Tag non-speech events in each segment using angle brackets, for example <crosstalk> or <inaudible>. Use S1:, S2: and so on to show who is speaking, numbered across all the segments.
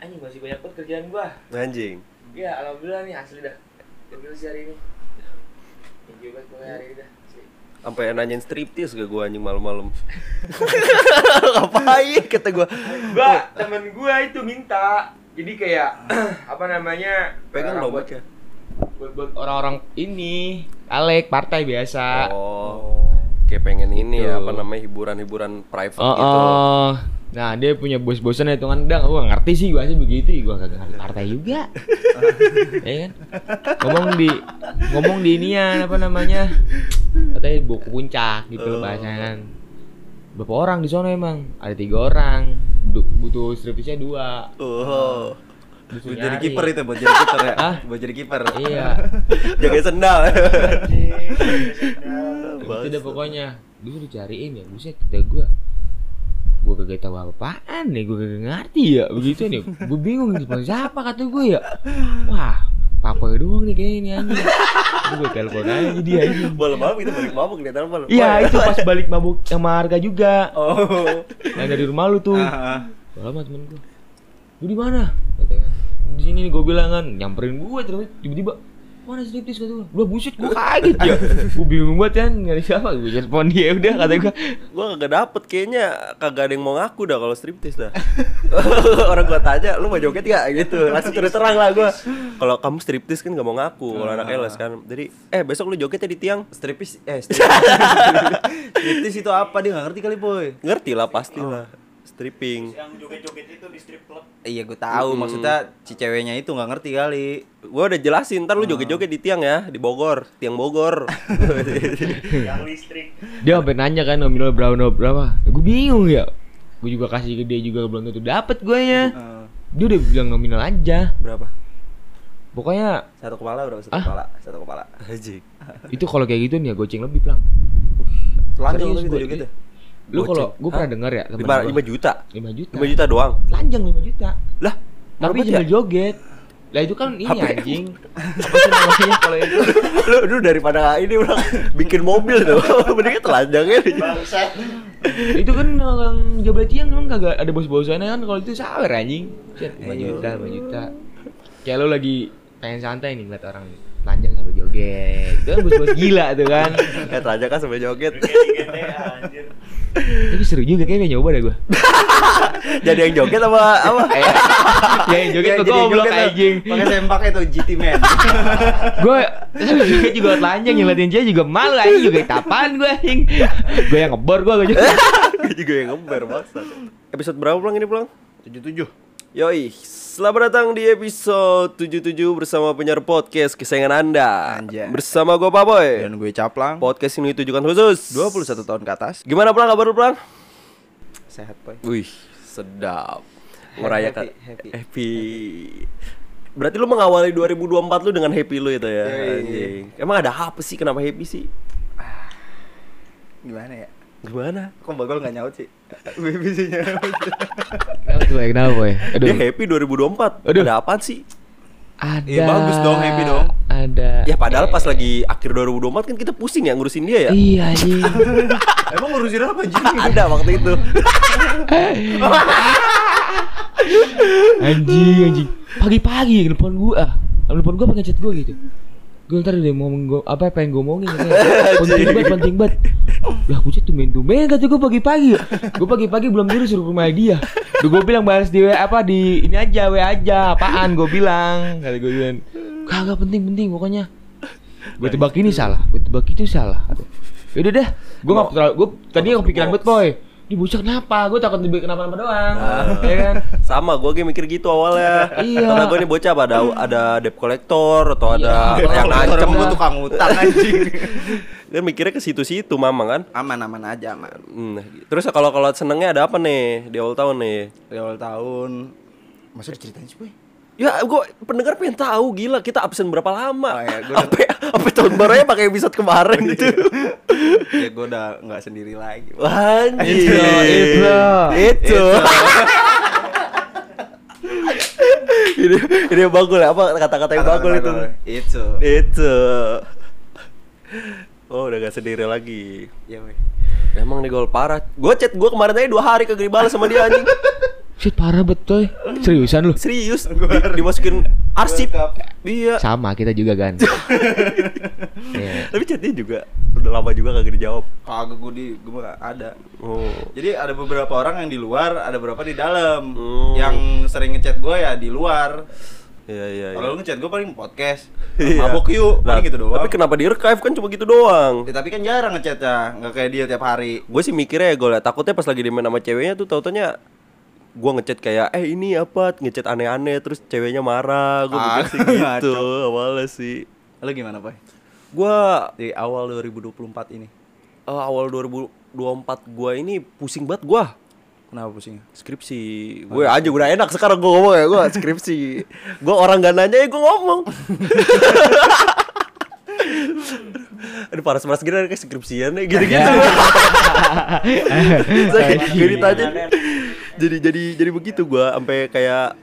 S1: anjing masih banyak banget kerjaan gua
S2: anjing
S1: ya alhamdulillah nih asli dah alhamdulillah sih hari ini thank you banget pokoknya hari ini dah asli.
S2: sampai nanyain striptis gak gue anjing
S3: <laughs>
S2: malam-malam ngapain kata gue Oh.
S1: Mbak, temen gua itu minta jadi kayak <clears throat> apa namanya
S2: pegang
S1: orang buat,
S2: dompet ya
S1: buat, buat
S3: orang-orang ini Alek partai biasa
S2: oh kayak ya? pengen ini ya
S3: Gitu.
S2: apa namanya hiburan-hiburan private
S3: oh,
S2: gitu
S3: oh. nah dia punya bos-bosan itu kan dang gua ngerti sih gua sih begitu gua kagak ngerti partai
S2: <laughs>
S3: juga ya kan ngomong di ngomong di inian apa namanya katanya bawa ke puncak gitu loh bahasanya kan berapa orang di sana emang ada tiga orang Du- butuh striptisnya dua
S2: oh
S3: Disuruh
S2: buat jadi
S3: nyari.
S2: kiper itu buat jadi kiper ya
S3: Hah?
S2: buat jadi kiper
S3: iya
S2: <laughs> jaga sendal <laughs>
S3: itu udah pokoknya dulu dicariin ya buset udah gua gua kagak tahu apa-apaan nih gua kagak ngerti ya begitu nih gua bingung nih sama siapa kata gua ya wah papa doang nih kayaknya ini anjing Terus gua telepon aja dia anjing
S2: malam malam kita balik mabuk di dalam malam
S3: iya itu pas balik mabuk sama harga juga
S2: oh <laughs> Ah.
S3: yang dari rumah lu tuh Kalau sama temen gua lu di mana katanya di sini nih gua bilang kan nyamperin gua terus tiba-tiba mana striptis kata gua Lah buset gua kaget ya gua bingung banget kan nyari siapa gua telepon dia udah kata gua
S2: gue kagak dapet kayaknya kagak ada yang mau ngaku dah kalau striptis dah <laughs> orang gua tanya lu mau joget gak gitu langsung terus terang lah gua kalau kamu striptis kan gak mau ngaku kalau anak elas kan jadi eh besok lu jogetnya di tiang
S4: Stripis
S2: <laughs>
S4: eh stripis itu apa dia nggak ngerti kali boy
S2: ngerti lah pasti lah stripping
S5: yang joget-joget itu di strip club
S4: iya gue tahu maksudnya si ceweknya itu nggak ngerti kali
S2: gua udah jelasin ntar lu joget-joget di tiang ya di Bogor tiang <laughs> Bogor
S5: yang listrik
S3: dia sampai nanya kan nominal berapa nominal berapa gue bingung ya gue juga kasih ke dia juga belum tentu dapet gue ya dia udah bilang nominal aja
S4: berapa
S3: pokoknya
S4: satu kepala berapa satu
S3: Ah.
S4: kepala satu kepala
S2: Anjing.
S3: itu kalau kayak gitu nih ya goceng lebih pelang
S4: telanjang
S3: Serius,
S4: lu gitu
S3: Boy.
S4: jogetnya
S3: lu
S2: Goceng.
S3: kalau gue pernah denger ya temen
S2: lima
S3: gua.
S2: lima juta
S3: lima juta
S2: lima juta doang
S3: telanjang lima juta
S2: lah ya?
S3: tapi
S2: murah banget
S3: sambil joget lah itu kan ini
S2: HP.
S3: anjing apa sih namanya kalau itu
S2: lu, lu daripada ini orang bikin mobil tuh <laughs> mendingan telanjangnya
S5: bangsa
S3: itu kan orang Jabal Tiang memang kagak ada bos-bosannya kan kalau itu sawer anjing Set, lima juta lima juta kayak lo lagi pengen santai nih ngeliat orang telanjang sambil joget itu kan bos-bos gila tuh kan
S2: ya telanjang kan sampai joget
S5: kayak di GTA anjir
S3: tapi seru juga kayaknya nyoba deh
S4: <laughs>
S3: gua
S2: <laughs> jadi yang joget apa apa
S3: ya yang joget
S4: Iya,
S3: tuh
S4: jadi
S3: goblok
S4: joget tuh.
S3: anjing
S4: pakai sempak itu GT <laughs> man
S3: gue joget juga telanjang ngeliatin dia juga malu anjing juga tapaan gue anjing gue yang ngebor gue gue juga
S2: Gua juga yang ngember maksa episode berapa pulang ini pulang
S4: tujuh tujuh
S2: Yoi, selamat datang di episode 77 bersama penyiar podcast kesayangan Anda.
S4: Anjay.
S2: Bersama gua Papoy.
S4: dan gue caplang
S2: Podcast ini ditujukan khusus
S4: 21 tahun ke atas
S2: Gimana pulang kabar lu pulang?
S4: sehat boy
S2: Wih, sedap. Merayakan
S4: happy, happy.
S2: happy. Berarti lu mengawali 2024 lu dengan happy lu itu ya. Anjing. Emang ada apa sih kenapa happy sih?
S4: gimana ya
S2: Gimana?
S4: kok bagol nggak nyaut sih <laughs> BBC nya
S3: kenapa tuh kenapa
S4: Iya,
S3: boy aduh
S2: Dia happy 2024.
S3: Aduh.
S2: Ada apaan sih?
S3: ada
S4: Ya, bagus dong, happy dong. Iya.
S3: ada
S2: Ya padahal pas lagi akhir 2024 kan kita pusing ya ngurusin dia ya.
S3: iya anjing
S4: emang ngurusin apa
S2: <laughs> ada waktu itu.
S3: anjing anjing pagi-pagi telepon gua telepon gua pakai chat gua gitu gue ntar udah mau ngomong gua- apa pengen gua ngomongin <laughs> katanya. penting banget penting banget lah pucat tumen tumen kata gua pagi-pagi gua pagi-pagi belum tidur suruh ke rumah dia Duh gua bilang bahas di WA apa di ini aja WA aja apaan gua bilang kata gua bilang kagak penting penting pokoknya gua tebak ini salah gua tebak itu salah Kata. yaudah deh gua nggak terlalu gua tadi
S2: Out of the
S3: kepikiran
S2: box.
S3: banget boy di bocah kenapa? Gua takut dibikin kenapa-napa doang, ya kan?
S2: Sama gua gue mikir gitu awalnya.
S3: Iya.
S2: Karena gue ini bocah apa ada ada debt collector atau ada
S3: Iya.
S2: yang
S4: orang
S2: ngancem
S4: gue tukang utang anjing
S2: Dia mikirnya ke situ-situ mamang kan.
S4: aman aman aja aman
S2: Hmm. Terus kalau kalau senengnya ada apa nih di awal tahun nih?
S4: di awal tahun maksudnya ceritain sih boy
S2: Ya, gua pendengar pengen tahu gila kita absen berapa lama.
S4: Oh, iya, gua udah- Oh, iya.
S2: Sampai sampai tahun barunya pakai episode kemarin itu.
S4: ya gue udah nggak sendiri lagi boy.
S2: Anjir.
S3: Itu, itu.
S2: Itu. ini ini yang bagul ya, apa kata-kata yang bagul itu.
S4: itu
S2: Itu. Oh, udah gak sendiri lagi.
S4: ya boy <laughs>
S2: Emang nih gol parah. Gue chat gue kemarin aja dua hari kagak dibalas sama dia anjing.
S3: Shit parah betul Seriusan lu
S2: Serius, di- dimasukin arsip. Iya.
S3: Sama kita juga kan Iya.
S2: Tapi chatnya juga udah lama juga kagak dijawab.
S4: Kagak gue di gue nggak ada.
S2: Oh.
S4: Jadi ada beberapa orang yang di luar, ada beberapa di dalam.
S2: Hmm.
S4: Yang sering ngechat gue ya di luar.
S2: Iya iya. iya.
S4: Kalau lu ngechat gue paling podcast.
S2: Iya.
S4: Mabok yuk,
S2: Nah,
S4: paling gitu doang.
S2: Tapi kenapa di archive kan cuma gitu doang?
S4: Ya, tapi kan jarang ngechatnya, nggak kayak dia tiap hari.
S2: Gue sih mikirnya gue liat takutnya pas lagi di main sama ceweknya tuh tautannya gue ngechat kayak eh ini apa ngechat aneh-aneh terus ceweknya marah gue mikir
S4: Ah,
S2: sih gitu awalnya sih
S4: Lu gimana, Boy?
S2: gue
S4: Di awal 2024 ini.
S2: eh, awal 2024 gue ini pusing banget gue
S4: Kenapa pusingnya?
S2: skripsi gue aja udah enak sekarang gue ngomong ya gue
S4: <laughs>
S2: skripsi gue orang gak nanya ya gue ngomong Aduh paras-paras gini kayak skripsian ya gitu-gitu Saya gue ditanya jadi jadi jadi begitu gua sampai kayak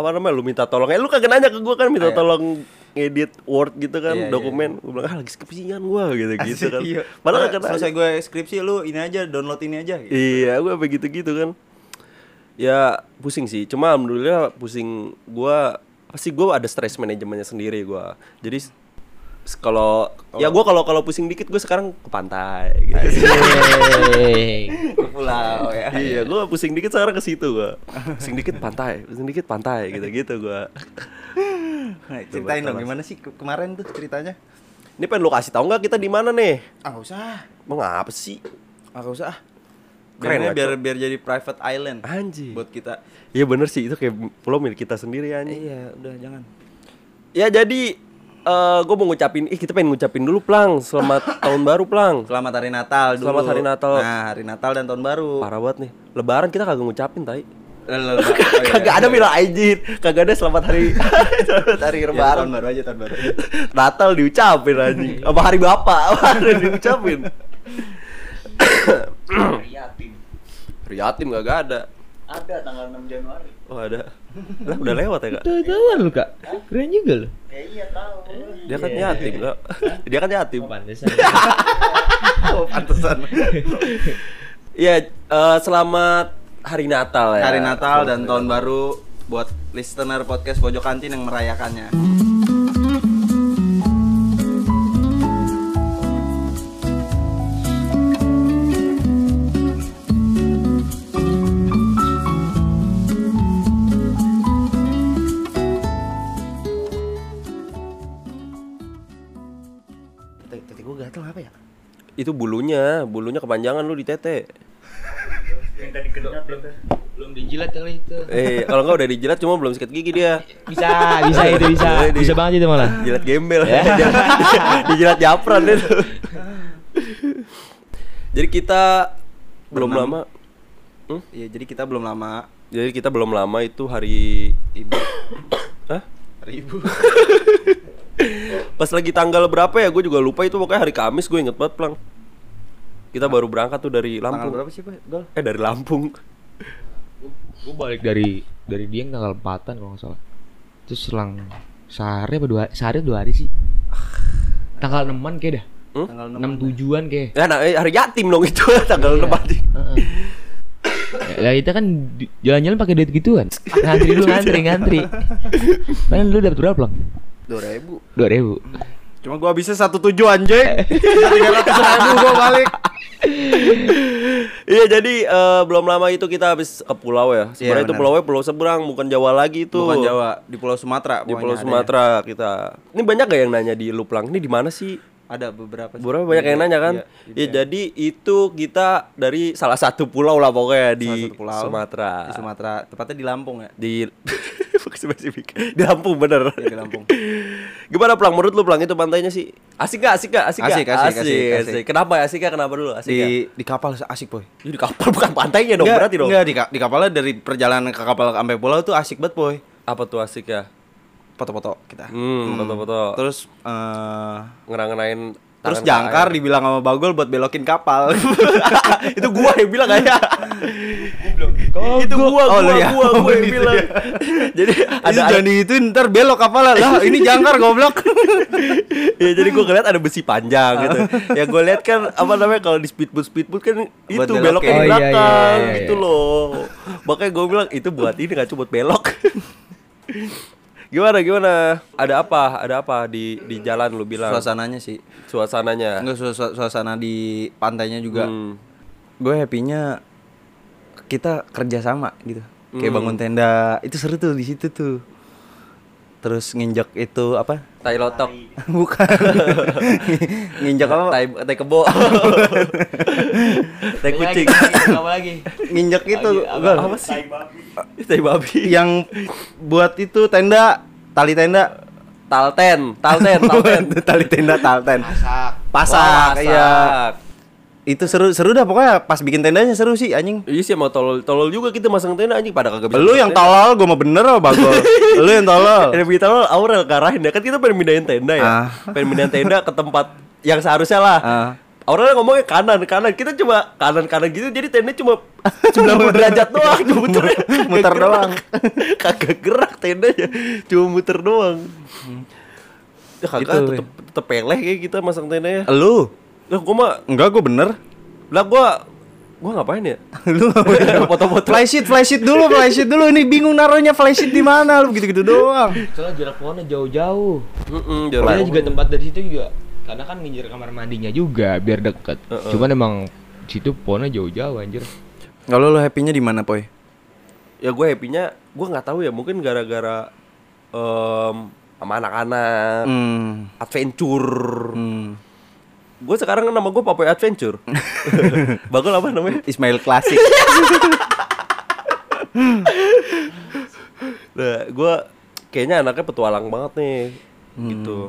S2: apa namanya lu minta tolong eh lu kagak nanya ke gua kan minta tolong ngedit word gitu kan
S4: Oh, Iya, iya,
S2: dokumen gua bilang ah lagi skripsian gua gitu gitu kan
S4: Iya.
S2: padahal kagak nanya.
S4: selesai gue skripsi lu ini aja download ini aja gitu.
S2: Iya, gue begitu gitu kan. Ya pusing sih. Cuma alhamdulillah pusing gua pasti gua ada stress manajemennya sendiri gua. Jadi s- s- kalau ya gua kalau kalau pusing dikit gue sekarang ke pantai gitu.
S3: <laughs>
S2: <laughs>
S3: Yeay.
S4: Ke pulau ya.
S2: iya, gua pusing dikit sekarang ke situ gua. Pusing dikit pantai, pusing dikit pantai gitu-gitu gua.
S4: Nah, ceritain dong gimana sih ke- kemarin tuh ceritanya?
S2: Ini pengen lu kasih tahu nggak kita di mana nih?
S4: Ah, nggak usah.
S2: Mengapa sih?
S4: Ah, nggak usah.
S2: Keren
S4: Keren
S2: lah,
S4: biar biar jadi private island
S2: Anjing.
S4: buat kita.
S2: Iya bener sih itu kayak pulau milik kita sendiri anjing.
S4: Iya, udah jangan.
S2: Ya jadi gue mau ngucapin, ih kita pengen ngucapin dulu Plang, <laughs> selamat tahun baru Plang.
S4: Selamat hari Natal dulu.
S2: Selamat hari Natal.
S4: Nah, hari Natal dan tahun baru.
S2: Parah banget nih. Lebaran kita kagak ngucapin tai.
S4: <laughs> Lalu- oh, iya,
S2: kagak ada
S4: iya.
S2: bilang aijin, kagak ada selamat hari <laughs> selamat hari
S4: Ya,
S2: lebaran.
S4: tahun baru aja tahun baru. <laughs>
S2: Natal diucapin anjing.
S4: Iya.
S2: Apa hari Bapak? <laughs> Apa hari diucapin?
S5: Yatim.
S2: Prihatin kagak ada.
S5: Ada tanggal 6 Januari.
S2: Oh ada. Lah udah lewat ya kak.
S3: Tuh tahuan lu kak Keren juga lu
S5: Ya iya tahu.
S2: Dia
S5: Iya.
S2: kan yatim kak. Dia kan yatim.
S3: Pantesan
S4: Oh, pantesan.
S2: Iya eh, selamat hari Natal ya.
S4: Hari Natal dan tahun baru buat listener podcast Pojok Kantin yang merayakannya.
S2: Tete gue gatel apa ya? Itu bulunya, bulunya kepanjangan lu di tete.
S5: Minta dikenyot belum.
S3: Belum dijilat kali itu
S2: Eh, kalau enggak udah dijilat cuma belum sikat gigi dia.
S3: Bisa bisa itu bisa Bisa banget itu malah
S2: Jilat gembel.
S4: Ya.
S2: <laughs> dijilat japran itu. Jadi kita belum lama
S4: Iya, jadi kita belum lama
S2: jadi kita belum lama itu hari
S4: ibu
S2: <coughs> Hah?
S4: ribu.
S2: Pas lagi tanggal berapa ya? Gue juga lupa itu pokoknya hari Kamis gue inget banget, Plang. Kita baru berangkat tuh dari
S4: Tanggal
S2: Lampung.
S4: berapa sih, Pak? Gol.
S2: Eh dari Lampung.
S3: Gue balik dari dari Dieng tanggal 4-an kalau nggak salah. Terus selang sehari apa dua sehari atau dua hari sih. Tanggal 6-an kayak dah.
S4: Tanggal
S3: 6 tujuan kayak.
S2: Ya, nah, eh, hari yatim dong itu <laughs> tanggal
S3: Iya.
S2: depan.
S3: Heeh. Ya kita kan di- jalan-jalan pakai duit gituan. Ngantri dulu ngantri ngantri. Paling lu dapat berapa, Bang?
S4: 2000.
S3: 2000.
S4: Cuma gua habisnya satu tujuh <laughs> anjing. Tiga ratus ribu gua balik.
S2: Iya jadi eh, belum lama itu kita habis ke pulau ya. Sebenarnya itu
S4: Iya, benar.
S2: pulau pulau seberang bukan Jawa lagi itu.
S4: Bukan Jawa, di Pulau Sumatera.
S2: Di Pulau
S4: pokoknya ya.
S2: Sumatera kita. Ini banyak gak yang nanya di Luplang? Ini di mana sih?
S4: adanya. Ada beberapa. sih.
S2: Beberapa banyak yang
S4: Iya,
S2: nanya kan.
S4: iya, iya.
S2: Ya jadi itu kita dari salah satu pulau lah pokoknya di
S4: Salah satu pulau.
S2: Sumatera.
S4: Di Sumatera, tepatnya di Lampung ya.
S2: Di <laughs> Maksud spesifik. Di Lampung bener.
S4: Iya, di Lampung.
S2: <laughs> Gimana Plang? Menurut lu Plang itu pantainya sih? Asik gak? Asik gak? Asik,
S4: Asik,
S2: gak?
S4: asik, asik, asik.
S2: Kenapa ya? Asik gak? Kenapa dulu? Asik gak?
S4: Di di kapal asik, Boy.
S2: Ya, Di kapal bukan pantainya dong
S4: Nggak,
S2: berarti dong.
S4: nggak, di, ka- di kapalnya dari perjalanan ke kapal sampai pulau tuh asik banget, Boy.
S2: Apa tuh asik ya?
S4: Foto-foto kita.
S2: Hmm, foto-foto.
S4: Terus eh,
S2: ngerang-ngenain
S4: terus
S2: tangan ke
S4: jangkar
S2: air.
S4: <laughs> dibilang sama Bagol buat belokin kapal.
S2: itu gua yang bilang aja ya. itu
S4: Kagak.
S2: gua,
S4: Oh,
S2: gua,
S4: lu ya.
S2: gua, gua yang
S4: Itu
S2: bilang.
S4: dia.
S2: jadi
S4: Ada
S2: ada,
S4: jadi itu ntar belok kapal lah. Ini jangkar goblok.
S2: ya jadi gua ngeliat ada besi panjang gitu. Ya gua lihat kan apa namanya kalau di speedboat speedboat kan
S4: Buat
S2: itu
S4: belok
S3: Oh, iya, iya,
S2: beloknya di
S4: ya.
S3: iya,
S2: belakang
S3: iya,
S2: gitu
S3: iya.
S2: loh. Makanya gua bilang itu buat ini nggak cuma buat belok. gimana gimana? Ada apa? Ada apa di di jalan lu bilang?
S4: Suasananya sih.
S2: Suasananya.
S4: Enggak suas- suas- suasana di pantainya juga.
S2: Hmm.
S4: Gue happy-nya kita kerja sama gitu. Kayak bangun
S2: Hmm.
S4: tenda, itu seru tuh di situ tuh. Terus nginjak itu apa? <laughs>
S2: Tai lotok.
S4: Bukan.
S2: <laughs>
S4: nginjak apa?
S2: Tai tai
S4: <laughs>
S2: kebo. tai kucing.
S3: Apa lagi?
S4: Nginjak itu. Bang.
S2: Apa sih?
S5: Tai babi.
S2: Tai babi.
S4: yang buat itu tenda, tali tenda.
S2: Talten, <laughs> talten,
S4: <laughs>
S2: talten.
S4: tali tenda talten.
S1: Sak.
S4: Pasak, iya. Itu seru seru dah pokoknya pas bikin tendanya seru sih anjing.
S2: Iya sih mau tolol tolol juga kita masang tenda anjing pada kagak bisa.
S4: Lu yang tolol, gua mau bener apa
S2: <laughs>
S4: bagol? Lu yang tolol.
S2: Ada kita lo Aurel ke arahin ya kan kita pengen pindahin tenda ya.
S4: Ah.
S2: Pengen pindahin tenda ke tempat yang seharusnya lah.
S4: Ah.
S2: Aurel ngomongnya kanan kanan kita cuma kanan kanan gitu jadi tenda
S4: <laughs>
S2: cuma 90 derajat doang cuma muter
S4: Muter doang.
S2: kagak gerak tendanya cuma muter doang. Ya kagak
S4: Hmm. Gitu,
S2: tetep, tetep peleh kayak kita masang tendanya.
S4: Lu?
S2: Lah gua mah
S4: Enggak, gua bener.
S2: lah gua gua ngapain ya?
S4: <laughs> Lu <laughs>
S2: Foto-foto.
S4: flysheet, flysheet dulu, flysheet dulu. Ini bingung naruhnya flysheet di mana lu gitu-gitu doang.
S3: Soalnya jarak pohonnya jauh-jauh.
S2: Heeh,
S3: Dia juga tempat dari situ juga. Karena kan nginjir kamar mandinya juga biar deket. Cuman emang situ pohonnya jauh-jauh anjir.
S4: Kalau lu happy-nya di mana, Poy?
S2: ya gue happy-nya gue nggak tahu ya mungkin gara-gara em, sama anak-anak
S4: Hmm.
S2: adventure
S4: hmm.
S2: gue sekarang kan nama gue Papoy Adventure
S4: <laughs>
S2: <laughs> bagul apa namanya
S4: Ismail <laughs> klasik.
S2: nah, gue kayaknya anaknya petualang banget nih
S4: Mm.
S2: gitu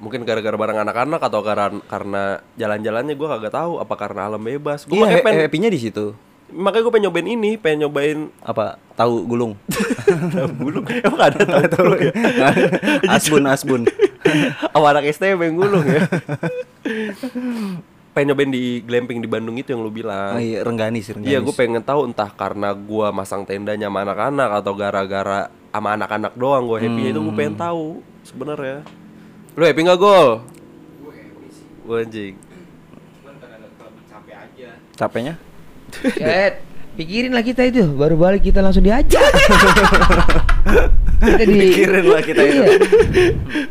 S2: mungkin gara-gara bareng anak-anak atau karena karena jalan-jalannya gue kagak tahu apa karena alam bebas gue
S4: Iya,
S2: makanya pengen
S4: he- happy-nya di situ.
S2: makanya gue pengen nyobain ini pengen nyobain
S4: Apa? Tahu <laughs> gulung.
S2: tahu gulung emang ada tahu gulung ya
S4: <laughs> asbun, asbun.
S2: <laughs> Sama anak STM yang gulung
S4: <laughs>
S2: ya Pengen nyobain di glamping di Bandung itu yang lu bilang
S4: Oh, iya, rengganis, rengganis.
S2: Iya gue pengen tahu entah karena gua masang tendanya sama anak-anak Atau gara-gara sama anak-anak doang gue happy itu gue
S4: Hmm.
S2: pengen tahu sebenarnya Lu happy gak Gol? Gue anjing
S4: Capeknya?
S3: Cet, pikirin lah kita itu, baru balik kita langsung diajak. kita di
S4: Pikirin lah kita itu.
S3: Iya.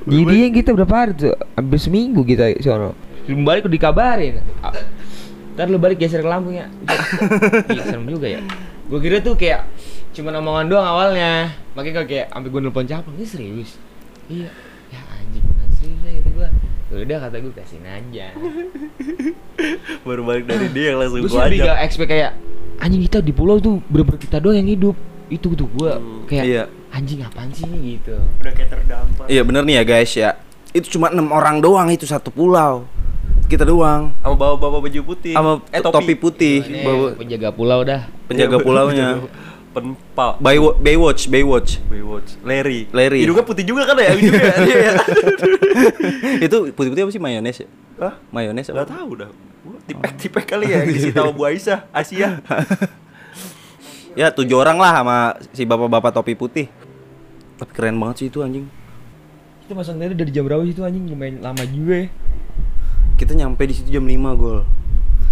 S3: Jadi yang kita berapa hari tuh? Hampir seminggu kita sono. Belum balik udah dikabarin. Ah, Ntar lu balik geser ke Lampung ya. Iya, serem juga ya. Gue kira tuh kayak cuma omongan doang awalnya. Makanya gua kayak sampai gue nelpon capung, ini serius. Iya. Ya anjing, bukan serius lah," gitu gua. Udah kata gue kasihin aja
S2: Baru balik
S4: <laughs>
S2: dari dia yang langsung
S3: gue
S2: gue
S3: sih lebih gak
S2: ajak
S3: expect kayak anjing kita di pulau tuh bener-bener kita doang yang hidup itu tuh gue kayak
S4: iya.
S3: anjing apaan sih ini gitu
S5: Udah kayak terdampar.
S4: Iya bener nih ya guys ya. Itu cuma enam orang doang itu satu pulau. Kita doang.
S2: Sama bawa-bawa baju putih
S4: Sama
S2: Eh
S4: topi.
S2: topi, Iya,
S4: putih
S3: Ini
S4: bawa
S3: penjaga pulau dah
S4: penjaga pulaunya.
S2: Penpa
S4: Baywo- Baywatch, Baywatch. <laughs>
S2: Baywatch Larry
S4: Larry.
S2: Hidungnya putih juga kan ya
S4: <laughs>
S2: ujungnya Iya, iya.
S4: itu putih-putih apa sih mayones ya?
S2: Hah?
S4: Mayones
S2: Gak
S4: apa?
S2: tahu dah.
S4: Oh.
S2: Gua Tipek-tipek kali ya yang disita sama Bu Aisyah,
S4: <laughs>
S2: Asia.
S4: Ya tujuh orang lah sama si bapak-bapak topi putih. Tapi keren banget sih itu anjing.
S3: kita masang tenda dari jam berapa sih itu anjing lumayan lama juga ya
S4: Kita nyampe di situ jam 5 gol.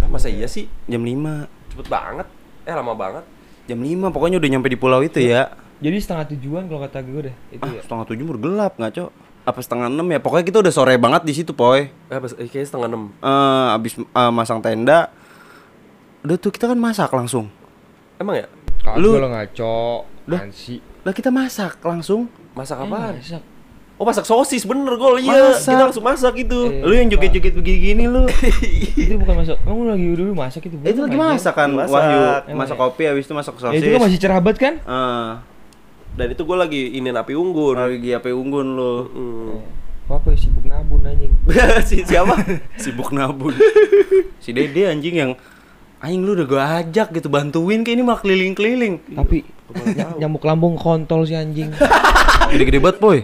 S2: Ah, masa iya sih?
S4: Jam 5.
S2: Cepet banget. Eh lama banget.
S4: Jam 5 pokoknya udah nyampe di pulau itu ya.
S3: jadi setengah tujuan kalau kata gue dah itu
S4: Ah,
S3: ya
S4: setengah tujuh mur gelap ngaco. Apa setengah enam ya? Pokoknya kita udah sore banget di situ, poy.
S2: Eh, pas, eh kayaknya setengah enam.
S4: Eh, abis eh, masang tenda, udah tuh kita kan masak langsung.
S2: Emang ya?
S4: Lu-
S3: kalau ngaco
S4: Dah.
S3: ansi
S4: Lah kita masak langsung.
S2: Masak
S3: apaan
S2: apaan? Oh masak sosis bener gol iya
S4: ya? Masak. Iya.
S2: kita langsung masak itu
S3: Eh,
S4: Lu yang joget-joget begini-gini <laughs> lu. Iya.
S3: itu bukan masuk kamu lagi dulu masak itu
S4: Eh, itu lagi masak kan
S2: Masak. Iya,
S4: Wahyu.
S3: Emang
S4: Masak
S3: ya?
S4: kopi habis itu masak
S3: ya
S4: sosis.
S3: itu kan masih cerabet kan
S4: Eh,
S2: dan itu gue lagi inin api unggun
S4: lagi apa unggun lu. <laughs> Iya.
S2: Hmm.
S3: apa ya, sibuk nabun anjing
S2: si siapa
S4: Sibuk nabun. si Dede anjing yang anjing lu udah gua ajak gitu bantuin kayak ini malah keliling-keliling.
S3: tapi ny- nyamuk lambung kontol si anjing
S4: <laughs> Gede-gede banget, boy.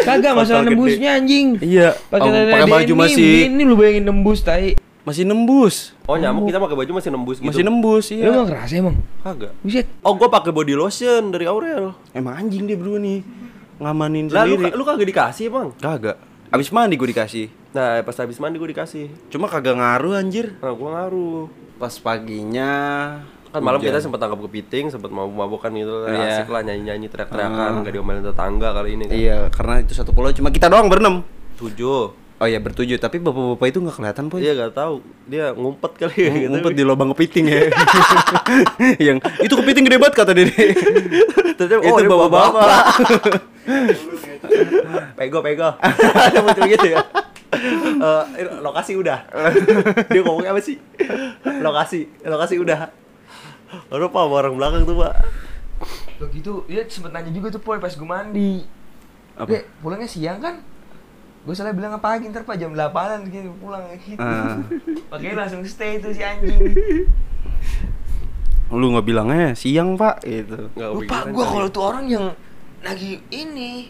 S3: Kagak masalah
S2: Kontol gede.
S3: nembusnya anjing.
S4: Iya.
S3: Pakai
S4: Oh,
S3: tanda
S4: pakai baju
S3: denim,
S4: masih
S3: Ini lu bayangin nembus tai.
S4: Masih nembus.
S2: Oh nyamuk kita pakai baju masih nembus gitu.
S4: Masih nembus
S3: Lu
S4: iya.
S3: gak ngerasa emang?
S2: Kagak.
S3: Buset
S2: Oh gua pakai body lotion dari Aurel.
S4: Emang anjing dia berdua nih. Ngamanin
S2: Lah lu,
S4: sendiri.
S2: lu kagak dikasih emang.
S4: Kagak. Abis mandi gue dikasih.
S2: Nah pas habis mandi gua dikasih.
S4: Cuma kagak ngaruh anjir.
S2: Nah gua ngaruh.
S4: Pas paginya
S2: Kan malam
S4: hujan.
S2: kita sempat tangkap kepiting, sempat mabuk-mabukan gitu.
S4: Iya. Ah.
S2: Asik lah nyanyi-nyanyi teriak-teriakan, nggak diomelin tetangga kali ini kan.
S4: Iya, karena itu satu pulau cuma kita doang berenam.
S2: Tujuh.
S4: Oh iya bertujuh, tapi bapak-bapak itu nggak kelihatan po.
S2: Dia nggak tahu, dia ngumpet kali ya gitu.
S4: Ngumpet di lubang kepiting ya. <laughs> Yang itu kepiting gede banget kata Dede.
S2: Ternyata, oh,
S4: itu
S2: dia
S4: bapak-bapak.
S2: <laughs> pego <laughs> pego ada muncul gitu ya Eh, lokasi <laughs> udah dia ngomongnya apa sih lokasi lokasi udah Aduh pak sama orang belakang tuh pak
S1: Lo gitu, dia sempet nanya juga tuh Poy pas gue mandi
S4: Apa?
S1: Dek, pulangnya siang kan? Gue salah bilang apa pagi, ntar pak jam 8an gitu pulang gitu
S4: Ah.
S1: <laughs> Makanya langsung stay tuh si anjing
S4: Lu nggak bilangnya siang pak gitu.
S2: Nggak
S1: Lupa
S2: kepikiran
S1: gue
S2: kali.
S1: kalau tuh orang yang lagi ini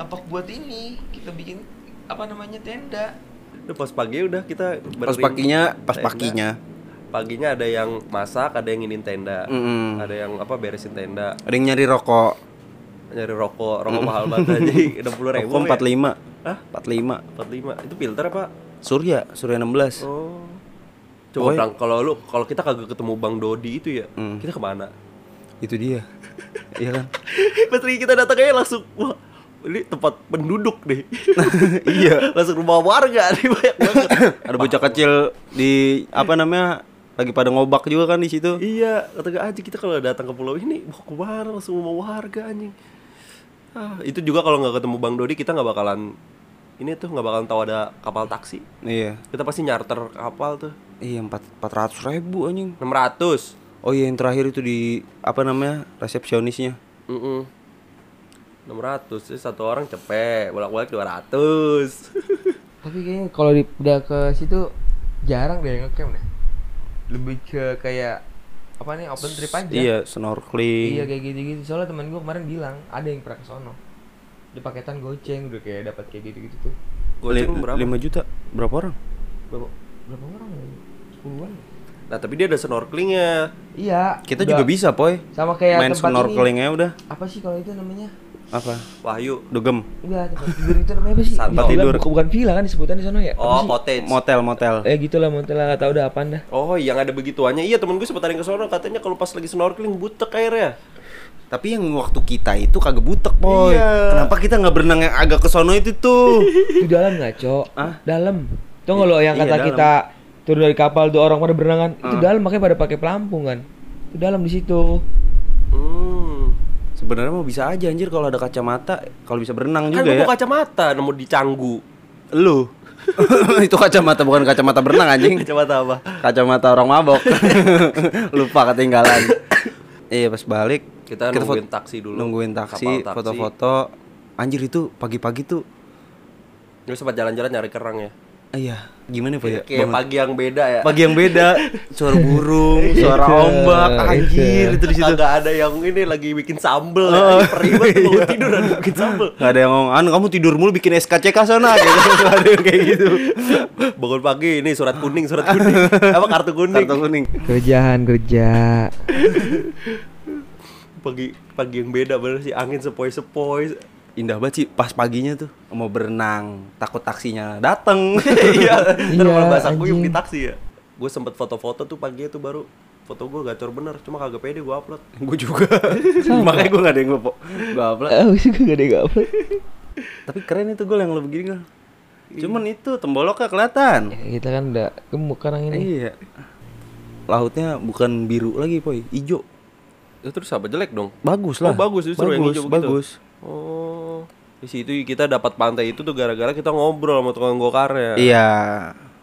S1: Lapak buat ini, kita bikin apa namanya tenda
S2: Udah, pas pagi udah kita
S4: Pas
S2: berlin-
S4: paginya, pas
S2: tenda.
S4: paginya
S2: paginya ada yang masak ada yang nginin tenda
S4: Mm-mm.
S2: ada yang apa beresin tenda
S4: ada yang nyari rokok.
S2: nyari rokok rokok mahal banget aja enam puluh ribu ya?
S4: Rokok 45 lima.
S2: Hah? 45
S4: 45
S2: itu filter apa
S4: Surya, Surya 16
S2: oh
S4: Pokoknya- Hmm.
S2: coba Bang, kalau lu kalau kita kagak ketemu Bang Dodi itu ya kita kemana <laughs>
S4: Itu dia Iya kan?
S2: Pas lagi kita datang aja langsung wah ini tempat penduduk deh.
S4: <laughs> Iya.
S2: <laughs> langsung rumah warga nih banyak banget.
S4: <laughs> Ada bocah kecil di apa namanya lagi pada ngobak juga kan di situ.
S2: iya, kata gak aja kita kalau datang ke pulau ini mau ke mana langsung rumah warga anjing. Ah, itu juga kalau nggak ketemu Bang Dodi kita nggak bakalan ini tuh nggak bakalan tahu ada kapal taksi.
S4: Iya.
S2: Kita pasti nyarter kapal tuh
S4: Iya empat empat ratus ribu anjing.
S2: 600.
S4: Oh iya yang terakhir itu di apa namanya resepsionisnya.
S2: Mm-mm. 600 Jadi satu orang cepet bolak-balik
S4: <laughs>
S2: 200.
S1: Tapi kayaknya kalau di- udah ke situ jarang deh yang ngecamp deh Lebih ke kayak apa nih open trip aja
S4: Iya snorkeling.
S1: Iya kayak gitu-gitu. Soalnya teman gue kemarin bilang ada yang pernah ke sono. Dia paketan goceng udah kayak dapat kayak gitu-gitu tuh.
S2: Goceng
S4: Li-
S2: berapa?
S4: lima juta berapa orang?
S1: Berapa berapa orang ya? Puluhan. ya?
S2: Nah, tapi dia ada snorkelingnya.
S1: Iya.
S4: Kita
S1: udah.
S4: juga bisa poy.
S1: Sama kayak
S4: Main
S1: tempat ini.
S4: snorkelingnya udah
S1: Apa sih kalau itu namanya?
S4: apa?
S2: Wahyu.
S4: Dogem.
S1: Enggak, tempat tidur itu namanya apa sih?
S2: Tempat
S1: Bukan-
S4: tidur.
S1: Bukan, bukan villa kan disebutan di sono ya? Apa
S2: Oh,
S1: sih?
S2: cottage.
S4: Motel motel.
S1: Eh gitulah montel lah enggak tahu udah apaan dah.
S2: Oh, yang ada begituannya. Iya, temen gue sempat ada yang ke sono katanya kalau pas lagi snorkeling butek airnya.
S4: Tapi yang waktu kita itu kagak butek poy.
S2: Iya.
S4: Kenapa kita nggak berenang yang agak ke sono itu tuh?
S3: Itu dalam gak Cok?
S4: Hah?
S3: Dalam Tau gak lo yang
S4: Iya,
S3: kata
S4: dalam. Ah.
S3: kita turun dari kapal tuh orang pada berenangan Itu dalam makanya pada pakai pelampung kan Itu dalam di situ
S2: Hmm.
S4: <laughs> Sebenarnya mau bisa aja anjir kalau ada kacamata, kalau bisa berenang
S2: Kan
S4: juga
S2: gue
S4: ya.
S2: mau kacamata nemu di canggu.
S4: Lu. <laughs> itu kacamata bukan kacamata berenang anjing.
S2: Kacamata apa?
S4: Kacamata orang mabok. <laughs> Lupa ketinggalan. iya pas balik
S2: Kita nungguin
S4: fot-
S2: taksi dulu.
S4: Nungguin taksi,
S2: Kapal taksi.
S4: foto-foto. Anjir itu pagi-pagi tuh
S2: Gue sempat jalan-jalan nyari kerang ya.
S4: Iya, gimana Pak, ya?
S2: Kayak
S4: Bangun-
S2: pagi yang beda ya.
S4: pagi yang beda, suara
S2: <laughs>
S4: burung, suara
S2: Iya.
S4: ombak, anjir itu di situ. Oh.
S2: Kagak ada yang ini lagi bikin sambel ya. Lagi Peribet
S4: <laughs>
S2: mau
S4: Iya.
S2: tidur dan bikin sambel.
S4: Gak ada yang ngomong, "An, kamu tidur mulu bikin SKCK sana." gitu. <laughs> Nggak ada yang kayak gitu.
S2: Bangun pagi ini surat kuning, surat kuning.
S4: <laughs>
S2: apa kartu kuning?
S4: Kartu kuning.
S3: Kerjaan kerja
S2: Pagi pagi yang beda bener sih angin sepoi-sepoi.
S4: Indah banget sih pas paginya tuh mau berenang, takut taksinya
S2: <laughs>
S4: dateng.
S2: iya ntar
S3: Iya,
S2: malah bahasa kuyup
S3: anjing.
S2: di taksi ya gue sempet foto-foto tuh pagi itu baru foto gue gacor bener cuma kagak pede gue upload
S4: gue juga. Makanya gue gak ada yang lupa. Gue upload.
S3: <laughs> Aku sih gak ada yang upload
S4: Tapi keren itu gue yang lo begini Gol.
S2: Iya.
S4: Cuman itu temboloknya kelihatan.
S3: Kita kan udah gemuk sekarang ini
S4: Iya. Lautnya bukan biru lagi, Poy. Ijo.
S2: Ya, terus apa jelek dong
S4: Bagus
S2: oh
S4: lah.
S2: bagus justru yang
S4: bagus,
S2: hijau begitu
S4: bagus.
S2: oh di situ kita dapat pantai itu tuh gara-gara kita ngobrol sama tukang gokarnya
S4: Iya.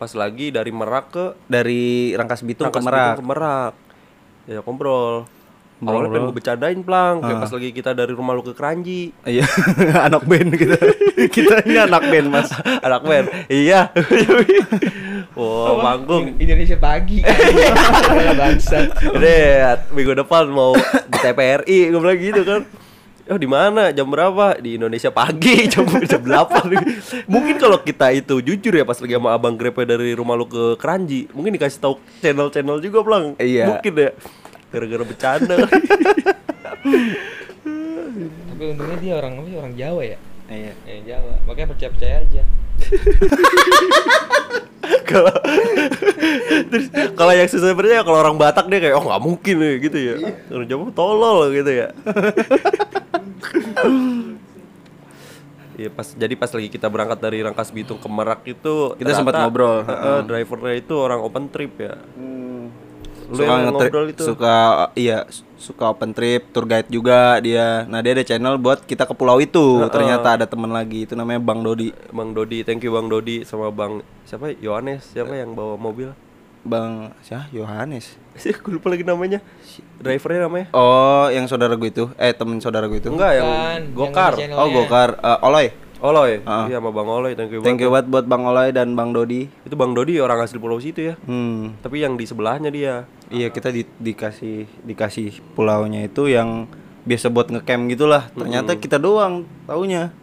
S2: pas lagi dari Merak ke
S4: Dari Rangkas Bitung
S2: Rangkas
S4: ke Merak.
S2: Bitung ke Merak ya ngobrol Awalnya pengen gue bercandain plang Kayak pas lagi kita dari rumah lu ke Keranji <laughs>
S4: Iya, <laughs> anak band kita. kita ini anak band, Mas.
S2: Anak men Iya <laughs> Oh manggung
S3: Indonesia
S4: <laughs>
S3: pagi Bangsa
S2: Lihat, minggu depan mau di TPRI, gue bilang gitu kan Oh di mana? Jam berapa? Di Indonesia pagi <laughs> jam jam 8. mungkin kalau kita itu jujur ya pas lagi sama abang grabnya dari rumah lu ke Keranji, mungkin dikasih tahu channel-channel juga, Blang.
S4: Iya.
S2: Mungkin ya. Gara-gara bercanda. <laughs>
S3: Tapi untungnya dia orang apa sih orang Jawa ya?
S4: Iya.
S3: Eh Jawa. Makanya percaya-percaya aja.
S2: Kalau terus kalau yang susah percaya kalau orang Batak dia kayak oh nggak mungkin ya gitu ya.
S4: Iya.
S2: Orang Jawa tolol gitu ya. <laughs> Iya pas jadi pas lagi kita berangkat dari Rangkas Bitung ke Merak itu
S4: Kita sempat
S2: ternyata,
S4: ngobrol,
S2: eh, eh, drivernya itu orang open trip ya. Lu
S4: suka
S2: yang
S4: ngetri-
S2: ngobrol itu.
S4: suka iya su- suka open trip tour guide juga dia nah dia ada channel buat kita ke pulau itu ternyata ada teman lagi itu namanya bang Dodi
S2: Bang Dodi, thank you Bang Dodi sama Bang siapa Yohanes siapa yang bawa mobil? <laughs>
S4: bang siapa Yohanes
S2: Sih, gue lupa lagi namanya. Drivernya namanya?
S4: oh yang saudara gue itu eh temen saudara gue itu
S2: Enggak yang
S3: Bukan, yang
S2: Gokar.
S3: di channel.
S4: oh gokar Eh, Oloy
S2: Oloy.
S4: Ah.
S2: Iya sama Bang Oloy, thank you banget.
S4: thank you banget buat bang Oloy dan bang Dodi
S2: Itu Bang Dodi orang asli pulau situ ya.
S4: hmm
S2: Tapi yang di sebelahnya dia.
S4: Iya kita di- dikasih dikasih pulaunya itu yang biasa buat ngecamp gitulah. Ternyata kita doang taunya.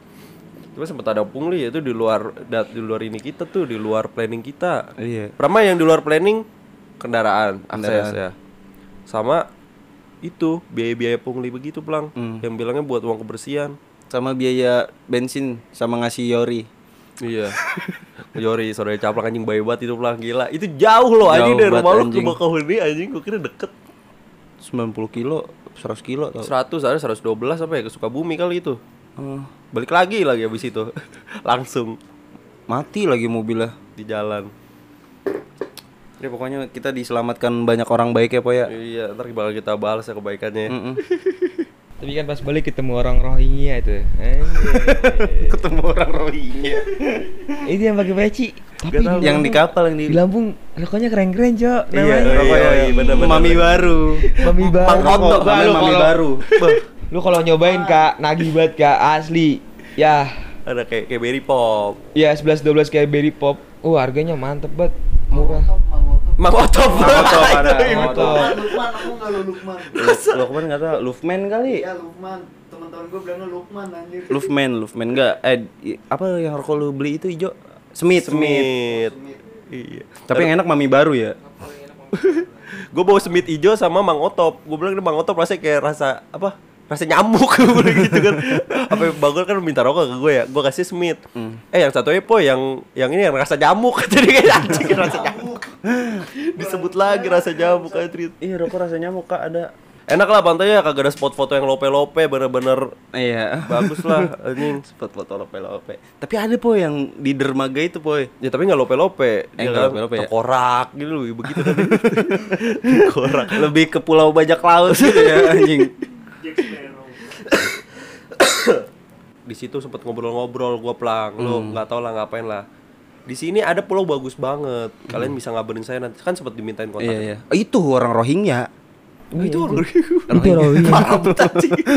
S2: Cuma sempat ada pungli itu di luar dat- di luar ini kita tuh, di luar planning kita.
S4: Iya.
S2: Pertama yang di luar planning kendaraan, akses ya. Sama itu biaya-biaya pungli begitu, Plang.
S4: Hmm.
S2: Yang bilangnya buat uang kebersihan.
S4: Sama biaya bensin sama ngasih Yori.
S2: Iya. <laughs> Yori, saudara caplak anjing bayi banget itu pulang gila. Itu jauh loh anjing
S4: Jauh
S2: dari
S4: banget,
S2: rumah lu ke
S4: anjing.
S2: Bakauheni anjing, gua kira deket.
S4: 90 kilo, 100 kilo tau.
S2: 100 ada 112 apa ya ke Sukabumi kali itu.
S4: Oh.
S2: Balik lagi lagi habis itu. <laughs> Langsung
S4: Mati lagi mobilnya.
S2: di jalan.
S4: Ya pokoknya kita diselamatkan banyak orang baik ya, Po ya.
S2: Iya, ntar bakal kita balas ya kebaikannya.
S3: Tapi kan pas balik ketemu orang Rohingya itu.
S4: <laughs>
S3: Anjir.
S4: Ketemu orang Rohingya.
S3: Itu yang pakai peci. Tapi di,
S4: yang di kapal yang di
S3: di Lampung rokoknya keren-keren, Cok.
S4: Iya,
S3: Namanya.
S4: rokok
S2: iya, iya, bener, bener,
S4: Mami
S2: bener.
S4: baru.
S3: Mami baru.
S4: Rokok, namanya
S3: Lu
S4: mami
S3: kalau-
S4: baru. Beh,
S3: Lu kalau nyobain Kak, nagih banget Kak, asli. Ya,
S2: Ada kayak kayak berry pop.
S3: ya 11 12 kayak berry pop. Uh, harganya mantep banget. Murah.
S2: Mang otop. <laughs>
S4: Motor ada.
S2: Iya,
S3: Motor.
S5: Lukman, Lukman, aku nggak lu Lukman.
S4: Lu kemarin kata Lufman kali.
S5: Iya Lukman, teman-teman gue bilangnya Lukman anjir.
S4: Lufman, Lufman enggak eh i- apa yang rokok lu beli itu ijo Smith,
S2: Smith. Iya.
S4: Tapi yang enak mami baru ya.
S2: Gue bawa Smith ijo sama Mang Otop. Gue bilang ini Mang Otop rasanya kayak rasa apa? Rasa nyamuk <laughs> gue bilang gitu kan. Apa Bagol kan minta rokok ke gue ya. Gue kasih Smith.
S4: Hmm.
S2: Eh yang satu Epo yang yang ini yang rasa nyamuk. <laughs> Jadi kayak anjing
S4: <laughs>
S2: rasa nyamuk. Disebut lagi rasa nyamuk anjir.
S4: Iya, rokok rasanya muka ada.
S2: Enak lah pantainya kagak ada spot foto yang lope-lope bener-bener
S4: <laughs> Iya.
S2: bagus lah anjing.
S4: Spot foto lope-lope. Tapi ada po yang di dermaga itu po.
S2: Ya tapi nggak lope-lope,
S4: Eh,
S2: dia kan
S4: nggak lope-lope ya?
S2: Korak gitu begitu <laughs> kan. Korak.
S4: Lebih ke pulau bajak laut gitu ya <laughs> anjing.
S5: Jack Sparrow.
S2: Di situ sempet ngobrol-ngobrol gua pelang, lu nggak tau lah ngapain lah. Di sini ada pulau bagus banget. Kalian bisa ngabarin saya nanti kan sempet dimintain kontak.
S4: Iya, iya. Oh, Itu orang Rohingya.
S2: itu orang
S6: Itu
S4: <laughs>
S6: Rohingya.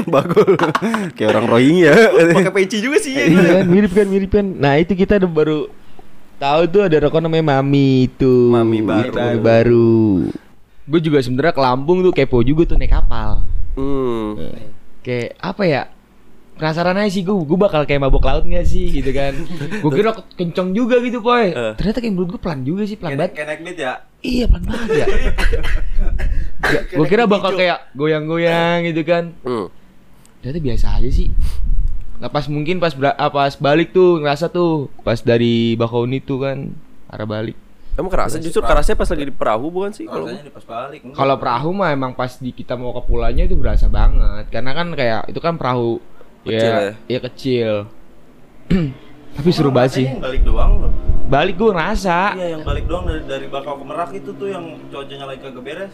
S4: Bagus. Kayak orang Rohingya.
S2: pakai peci juga sih. ya.
S3: <laughs> Iya kan, mirip kan, mirip kan. Nah, itu kita ada baru tahu tuh ada rokok namanya Mami itu.
S2: Mami baru.
S3: Itu Mami baru. Gue juga sebenarnya ke Lampung tuh kepo juga tuh naik kapal.
S2: Hmm.
S3: Kayak apa ya? Penasaran aja sih gue, gue bakal kayak mabok laut gak sih gitu kan Gue kira kenceng juga gitu poy Ternyata kayak menurut gue pelan juga sih, pelan banget
S4: Kayak naik nit ya.
S3: Iya pelan banget ya. gue kira bakal kayak goyang-goyang gitu kan.
S2: Hmm.
S3: Ternyata biasa aja sih. Nah pas mungkin pas bera- ah, pas balik tuh ngerasa tuh pas dari Bakauheni tuh kan arah balik.
S2: Emang kerasa justru kerasnya pas lagi di perahu bukan sih kalau
S4: Rasanya di pas balik.
S3: Kalau perahu mah emang pas di kita mau ke pulanya itu berasa banget karena kan kayak itu kan perahu
S2: Kecil ya?
S3: Iya kecil. <clears throat> Tapi seru banget sih.
S4: balik doang loh.
S3: Balik gue ngerasa.
S4: Iya, yang balik doang dari, dari Bakau ke Merak itu tuh yang cuacanya lagi kagak beres.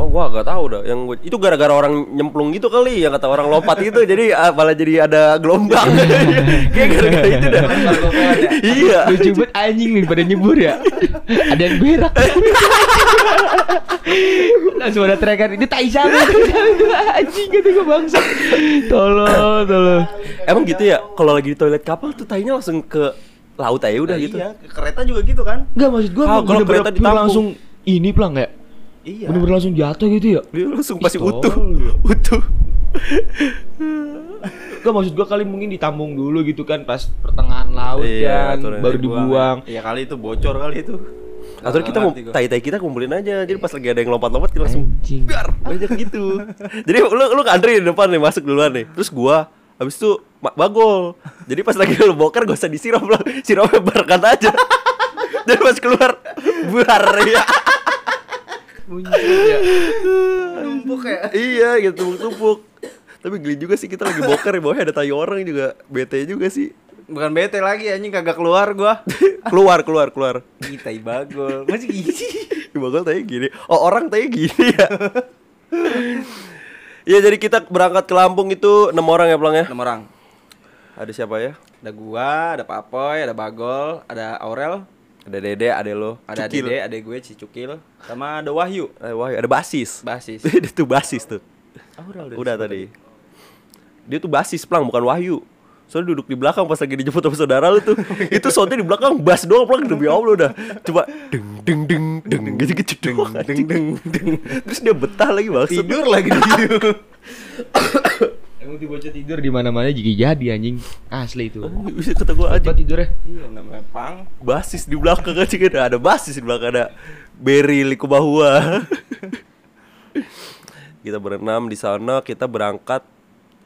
S2: Oh gua gak tahu dah yang gua- itu gara-gara orang nyemplung gitu kali yang kata orang lompat itu jadi ah, malah jadi ada <laughs> gelombang. Kayak gara-gara itu dah. iya.
S3: Lucu banget anjing nih pada nyebur
S2: <laughs>
S3: ya. ada yang berak. <laughs> Langsung ada teriakan ini tai siapa?
S2: <laughs>
S3: anjing kata gue bangsa. Tolong, tolong.
S2: Emang gitu ya kalau lagi di toilet kapal tuh tainya langsung ke laut aja udah gitu.
S4: Iya, ke kereta juga gitu kan?
S3: Enggak maksud gue
S2: Ah,
S3: emang
S2: kalau
S3: bener-bener
S2: kereta
S3: pure
S2: ditampung.
S3: langsung ini pelang ya.
S4: Iya.
S3: Bener-bener langsung jatuh gitu ya.
S2: <laughs> Dia langsung pasti
S3: Ih, tolol
S2: utuh.
S3: ya.
S2: Utuh.
S3: Gak maksud gua kali mungkin ditambung dulu gitu kan pas pertengahan laut
S2: Iya,
S3: kan
S2: aturan
S3: baru dibuang.
S7: Iya kali itu bocor kali itu.
S2: Atau Nah, kita mau tai-tai kita kumpulin aja. Jadi pas lagi ada yang lompat-lompat kita langsung
S3: Anjing.
S2: biar banyak gitu. Jadi lu lu ke Andre di depan nih masuk duluan nih. Terus gua habis itu mak bagol. Jadi pas lagi lu boker gak usah disiram lah. Siramnya berkat aja. <laughs> Jadi pas keluar buar ya.
S5: numpuk ya
S2: iya gitu tumpuk-tumpuk. Tapi geli juga sih kita lagi boker di bawahnya ada tai orang juga. Bete juga sih.
S7: Bukan bete lagi anjing kagak keluar gua.
S2: <laughs> Keluar keluar keluar.
S7: Kita bagol. Masih gizi.
S2: Di Bogor tanya gini. Oh, orang tanya gini <laughs> ya. Iya, jadi kita berangkat ke Lampung itu enam orang ya, Pelang ya?
S7: Enam orang.
S2: Ada siapa ya?
S7: Ada gua, ada Papoy, ada Bagol, ada Aurel,
S2: Ada Dede, ada lo.
S7: ada
S2: Cukil.
S7: Dede, ada gue Cicukil, sama ada Wahyu.
S2: Eh, Wahyu, ada Basis.
S7: Basis.
S2: <laughs> Dia tuh Basis tuh. Udah tadi. Dia tuh Basis, Pelang, bukan Wahyu. Soalnya duduk di belakang pas lagi dijemput sama saudara lu <laughs> tuh. itu soundnya di belakang bass doang, Pelang. <laughs> Demi Allah udah. Coba deng deng deng deng gitu-gitu doang. Deng deng deng. Terus dia betah lagi maksud.
S7: Tidur lagi di situ.
S3: Emang tiba bocah tidur di mana-mana juga jadi anjing. Asli itu.
S2: Bisa kata gue aja.
S3: Coba tidurnya.
S7: Iya, namanya Pang.
S2: basis di belakang aja kan ada basis di belakang ada Berry Likubahua <laughs> kita berenam di sana kita berangkat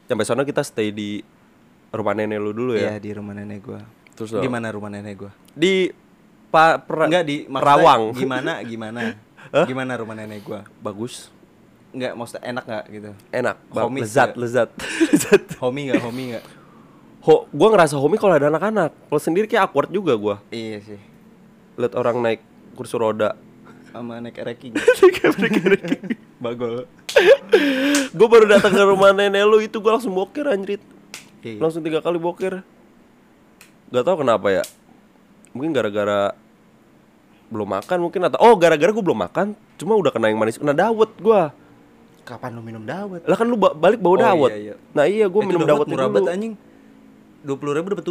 S2: sampai sana kita stay di rumah nenek lu dulu
S4: Iya
S2: ya
S4: di rumah nenek gua.
S2: Terus lo-
S4: gimana rumah nenek gua?
S2: di pa, pra-
S4: Enggak di maksudnya
S2: Rawang
S4: Gimana gimana? Gimana rumah nenek gua?
S2: bagus
S4: Enggak maksudnya enak enggak gitu?
S2: <laughs> enak ba-
S4: Homies
S2: lezat,
S4: ya?
S2: lezat <laughs> lezat
S4: Homie enggak homie enggak?
S2: Ho, gue ngerasa homie kalau ada anak-anak kalau sendiri kayak awkward juga gua
S4: iya sih.
S2: lihat orang naik kursi roda
S4: Sama <laughs> naik ranking. <laughs>
S2: bagol gue baru datang ke rumah <laughs> nenek lu itu gue langsung boker anjrit
S4: Iya.
S2: langsung tiga kali boker gak tau kenapa ya mungkin gara-gara belum makan mungkin atau oh gara-gara gue belum makan cuma udah kena yang manis kena dawet gue
S7: Kapan lu minum dawet?
S2: lah kan lu ba- balik bawa
S7: Oh,
S2: dawet
S7: iya, iya.
S2: nah iya
S4: Eh,
S2: gue minum dawet
S4: murah
S2: dulu
S4: banget anjing. 20.000 dapat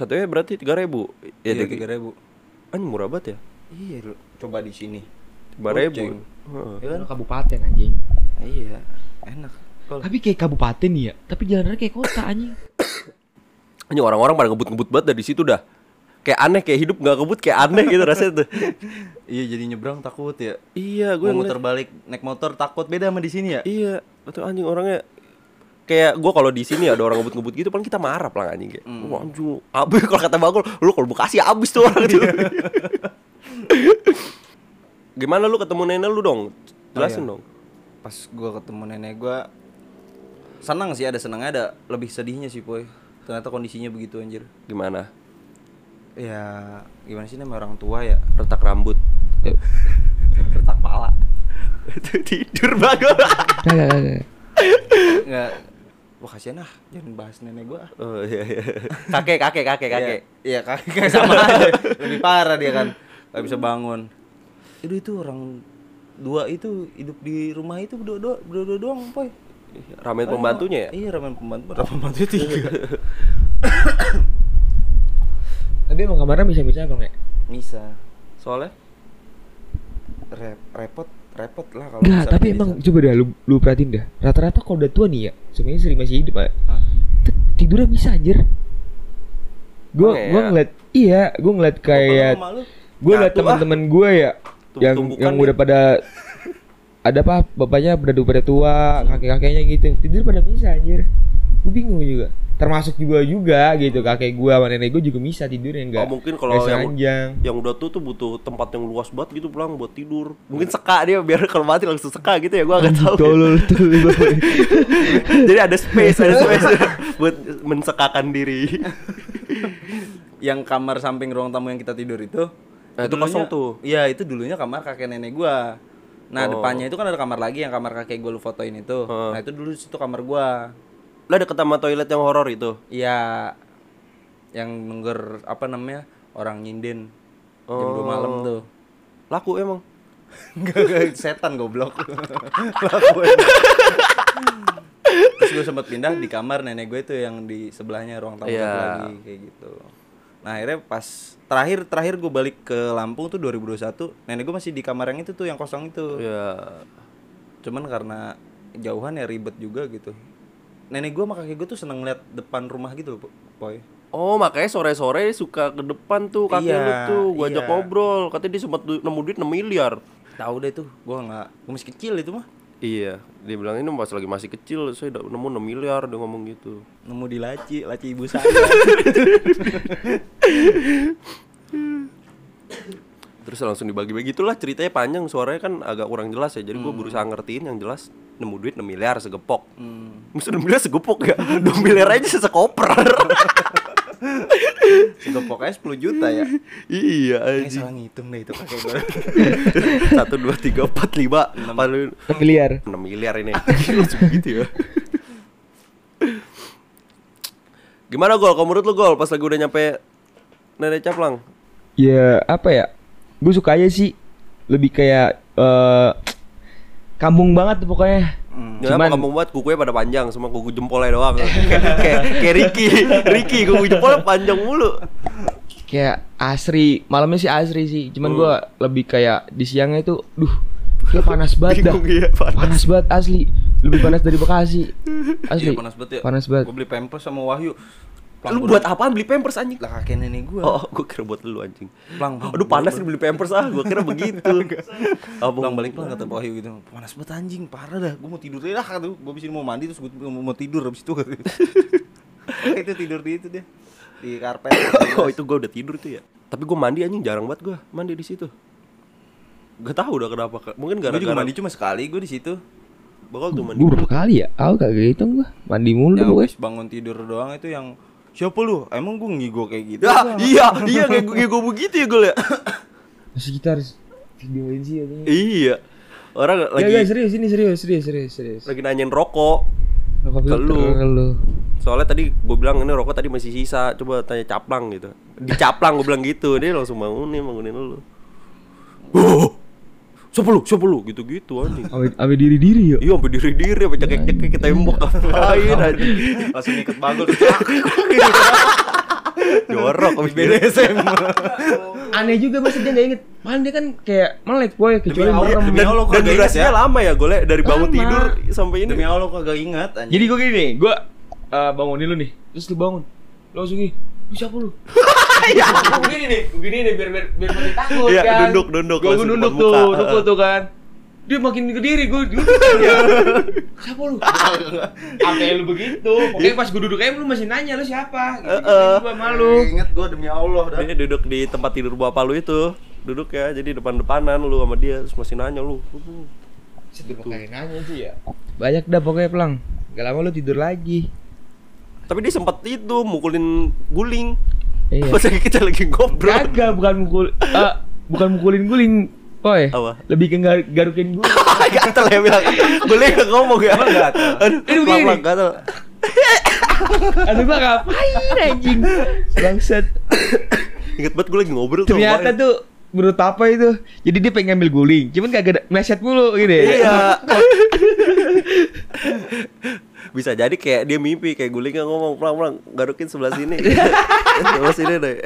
S4: 7.
S2: satunya berarti tiga ribu ya
S4: Iya
S2: tiga
S4: 3.000.
S2: anjing murah banget ya
S7: Iya, lu. coba di sini.
S2: tiga ribu Heeh.
S3: Itu kan kabupaten anjing.
S4: Ah,
S7: Iya.
S4: Enak.
S3: Tapi kayak kabupaten ya, tapi jalanannya kayak kota anjing.
S2: Ini orang-orang pada ngebut-ngebut banget dari situ dah. Kayak aneh, kayak hidup nggak ngebut, kayak aneh gitu rasanya tuh.
S4: Iya jadi nyebrang takut ya.
S2: iya, gue
S4: Gue
S2: ngeliat.
S4: muter balik naik motor takut beda sama di sini ya.
S2: Iya, betul anjing orangnya kayak gue kalau di sini ada orang ngebut-ngebut gitu, paling kita marah lah anjing kayak. Wah, anjing, abis kalau kata Bagol, lu kalau Bekasi abis tuh orang gitu." tuh. <laughs> Gimana lu ketemu nenek lu dong? Jelasin dong.
S4: Pas gua ketemu nenek gua senang sih ada senangnya ada lebih sedihnya sih boy. Ternyata kondisinya begitu anjir.
S2: Gimana?
S4: Ya gimana sih namanya orang tua <laughs> ya?
S2: Retak rambut.
S4: Retak pala.
S2: <laughs> Tidur Bagol.
S3: Kagak kagak.
S4: Enggak. Wah kasihan ah, jangan bahas nenek gua.
S2: oh, iya, iya. Kakek, kakek, kakek, kakek.
S4: Iya, kakek <laughs> sama aja. Lebih parah dia kan. Gak bisa bangun. Itu itu orang dua itu hidup di rumah itu berdua dua berdua doang, Poy.
S2: Ramen Iya. pembantunya ya?
S4: Iya, ramen pembantu. Ramen pembantu
S2: <laughs>
S4: tiga.
S3: Tapi emang kamarnya bisa-bisa apa enggak?
S4: Bisa.
S2: Soalnya
S4: Rep, repot, repot lah kalau gitu.
S3: Enggak,
S4: misalnya
S3: tapi
S4: di
S3: emang
S4: sana.
S3: coba dah lu, lu perhatiin dah. Rata-rata kalau udah tua nih ya, sebenarnya sering masih hidup, Pak.
S4: Hah?
S3: T- Tidurnya bisa anjir. Gua
S2: Emang ya?
S3: gua ngeliat iya, gua ngeliat kayak
S4: Sama lu.
S3: gua ngeliat
S2: Nyatu, ah. ya?
S3: teman-teman gua ya yang
S2: Tumbukan
S3: yang
S2: nih.
S3: udah pada ada apa bapaknya pada pada tua, kakek-kakeknya gitu. Tidur pada bisa anjir. Gua bingung juga. Termasuk juga juga gitu kakek gua sama nenek gua juga bisa tidur yang enggak.
S2: Oh, mungkin kalau yang- <laughs>
S3: panjang.
S2: yang udah tuh tuh butuh tempat yang luas banget gitu pulang buat tidur
S4: Nah.
S2: mungkin seka dia biar kalau mati langsung seka gitu ya gua agak tahu
S3: Tolol tuh. <laughs> bapak.
S2: <laughs> jadi ada space ada space <laughs> buat mensekakan diri
S4: yang kamar samping ruang tamu yang kita tidur itu
S2: Nah, itu kosong tuh. Oh.
S4: Iya, itu dulunya kamar kakek nenek gua. Nah, depannya itu kan ada kamar lagi yang kamar kakek gua lu fotoin itu. Nah, itu dulu situ kamar gua.
S2: lah deket sama toilet yang horor itu
S4: Iya. Yang nungger apa namanya? Orang nyinden. Jam 2 malam <laughs> tuh.
S2: laku emang
S4: Enggak, enggak, setan <laughs> goblok. Laku emang. Terus gue sempat pindah di kamar nenek gue itu yang di sebelahnya ruang tamu
S2: Iya.
S4: satu lagi kayak gitu. Nah, akhirnya pas terakhir terakhir gue balik ke Lampung tuh 2021, nenek gue masih di kamar yang itu tuh yang Iya. kosong itu.
S2: ya
S4: Cuman karena jauhan ya ribet juga gitu. nenek gua sama kakek gua tuh seneng ngeliat depan rumah gitu loh, Po- Poy.
S2: Oh makanya sore-sore suka ke depan tuh kakek
S4: Iya,
S2: lu tuh gua ajak
S4: iya.
S2: ngobrol katanya dia sempat du- nemu duit 6 miliar
S4: Tahu deh tuh, gua nggak, gua masih kecil itu mah.
S2: Iya dia bilang ini pas lagi masih kecil saya da- nemu 6 miliar dia ngomong gitu
S4: Nemu di laci, laci ibu <laughs> saya.
S2: Terus langsung dibagi-bagi itulah ceritanya panjang suaranya kan agak kurang jelas ya jadi gua berusaha ngertiin yang jelas nemu duit 6 miliar segepok Mesti 6 miliar segepok <laughs> ya 6 miliar aja sesekoper
S4: Sudah pokoknya 10 juta <laughs> ya.
S2: Iya
S4: Ini
S2: anjing. <laughs>
S4: salah ngitung deh itu kakek <laughs> gua.
S2: Satu dua tiga empat lima Paling
S3: miliar.
S2: enam miliar ini. <laughs> Langsung gitu ya. Gimana gol? Kalau menurut lu gol pas lagi udah nyampe nenek caplang?
S3: Ya apa ya? Gue suka aja sih. Lebih kayak eh kampung banget tuh pokoknya. Hmm.
S2: Gila Cuman... Hmm. kampung buat kukunya pada panjang, semua kuku jempolnya doang. <laughs> Kayak- Kayak kayak Ricky, Ricky kuku jempolnya panjang mulu.
S3: kayak Asri malamnya sih Asri sih cuman gua lebih kayak di siangnya itu duh gila panas banget dah
S2: Bingung ya,
S3: panas. banget asli lebih panas dari Bekasi asli
S8: Iya, panas banget ya.
S3: panas banget
S8: Gue beli pampers sama Wahyu. Pelang
S2: Lu buat apaan beli pampers anjing?
S4: Lah kakek nenek gua.
S2: Oh, gue kira buat lu anjing.
S4: Plang, plang.
S2: Aduh panas nih beli pampers ah, gue kira
S4: <laughs>
S2: begitu. Abang
S4: Pulang balik pulang kata Wahyu gitu Panas banget anjing parah dah Gue mau tidur aja lah kata Gue abis ini mau mandi terus gue mau mau tidur abis itu <laughs> Itu tidur di itu deh Di <coughs> karpet
S2: oh itu gue udah tidur tuh ya tapi gue mandi anjing jarang banget gue mandi di situ gak tahu udah kenapa Kak. mungkin
S4: Gue juga
S2: gara-gara
S4: mandi cuma sekali gue di situ
S2: bakal tuh mandi
S3: gua berapa kali ya aku kagak hitung gua mandi mulu dah
S4: Yang
S3: pokoknya
S4: abis Ya, bangun tidur doang itu yang Siapa lu? Emang gue ngigo kayak gitu?
S2: ya iya iya kayak gue gue begitu ya gue ya
S3: masih kita harus videoin sih ya kayaknya.
S2: <laughs> iya
S4: Ya,
S2: orang
S3: Gak, gak,
S2: lagi
S3: serius ini serius serius serius serius
S2: lagi nanyain rokok
S3: Rokok
S2: ke
S3: filter,
S2: lu.
S3: ke lu.
S2: soalnya tadi gue bilang ini rokok tadi masih sisa coba tanya caplang gitu di caplang gue bilang gitu dia langsung bangunin bangunin lu oh, siapa lu siapa lu gitu gitu anjing
S3: Ambil- ambil diri diri yuk
S2: Iya, sampai diri-diri, sampai cekek-cekek ke tembok Apain anjing
S4: Langsung ikut bagul
S2: Jorok abis itu.
S4: BDSM
S3: aneh juga maksudnya nggak inget malah dia kan kayak melek boy kecuali
S4: Allah,
S3: merem
S4: demi Allah.
S2: dan,
S4: Kalau
S2: dan
S4: kagak ingat
S2: durasinya lama ya gole dari bangun
S3: Lama.
S2: tidur sampai ini
S4: Demi Allah kagak ingat anjing
S3: Jadi gue gini nih, gue eh, bangunin lu nih, terus lu bangun, lu langsung gini, lu siapa <laughs> lu? Gua begini nih, gua begini nih biar biar biar makin takut
S2: Iya,
S3: kan.
S2: dunduk, dunduk,
S3: Gua, gua
S2: langsung
S3: nunduk
S2: depan
S3: tuh,
S2: muka.
S3: nunduk tuh kan. Dia makin ke diri gue duduk <laughs> kan ya. siapa lu? Sampai lu begitu. Pokoknya pas gue duduk aja lu masih nanya lu siapa? Gitu, gue malu.
S4: Ingat gue demi Allah dah
S2: dia duduk di tempat tidur bapak lu itu duduk ya jadi depan depanan lu sama dia terus masih nanya lu
S3: nanya sih ya. Banyak dah pokoknya pelang. Gak lama lu tidur lagi.
S2: tapi dia sempat itu mukulin guling
S3: Iya.
S2: pas lagi kita lagi <laughs> ngobrol
S3: Kagak bukan mukul eh, bukan mukulin guling, boy.
S2: Apa?
S3: Lebih ke gar- garukin guling.
S2: <laughs> gatel ya bilang boleh nggak ngomong ya aduh
S3: Ini begini.
S2: pelan-pelan gatel
S3: Aduh gua ngapain anjing Bangsat
S2: inget banget gue lagi ngobrol tuh
S3: Ternyata
S2: kemarin.
S3: tuh Menurut apa itu Jadi dia pengen ambil guling Cuman kagak ada Meset mulu gitu ya
S2: iya bisa jadi kayak dia mimpi kayak gulingnya ngomong pelan-pelan garukin
S3: <laughs>
S2: sebelah sini sebelah sini deh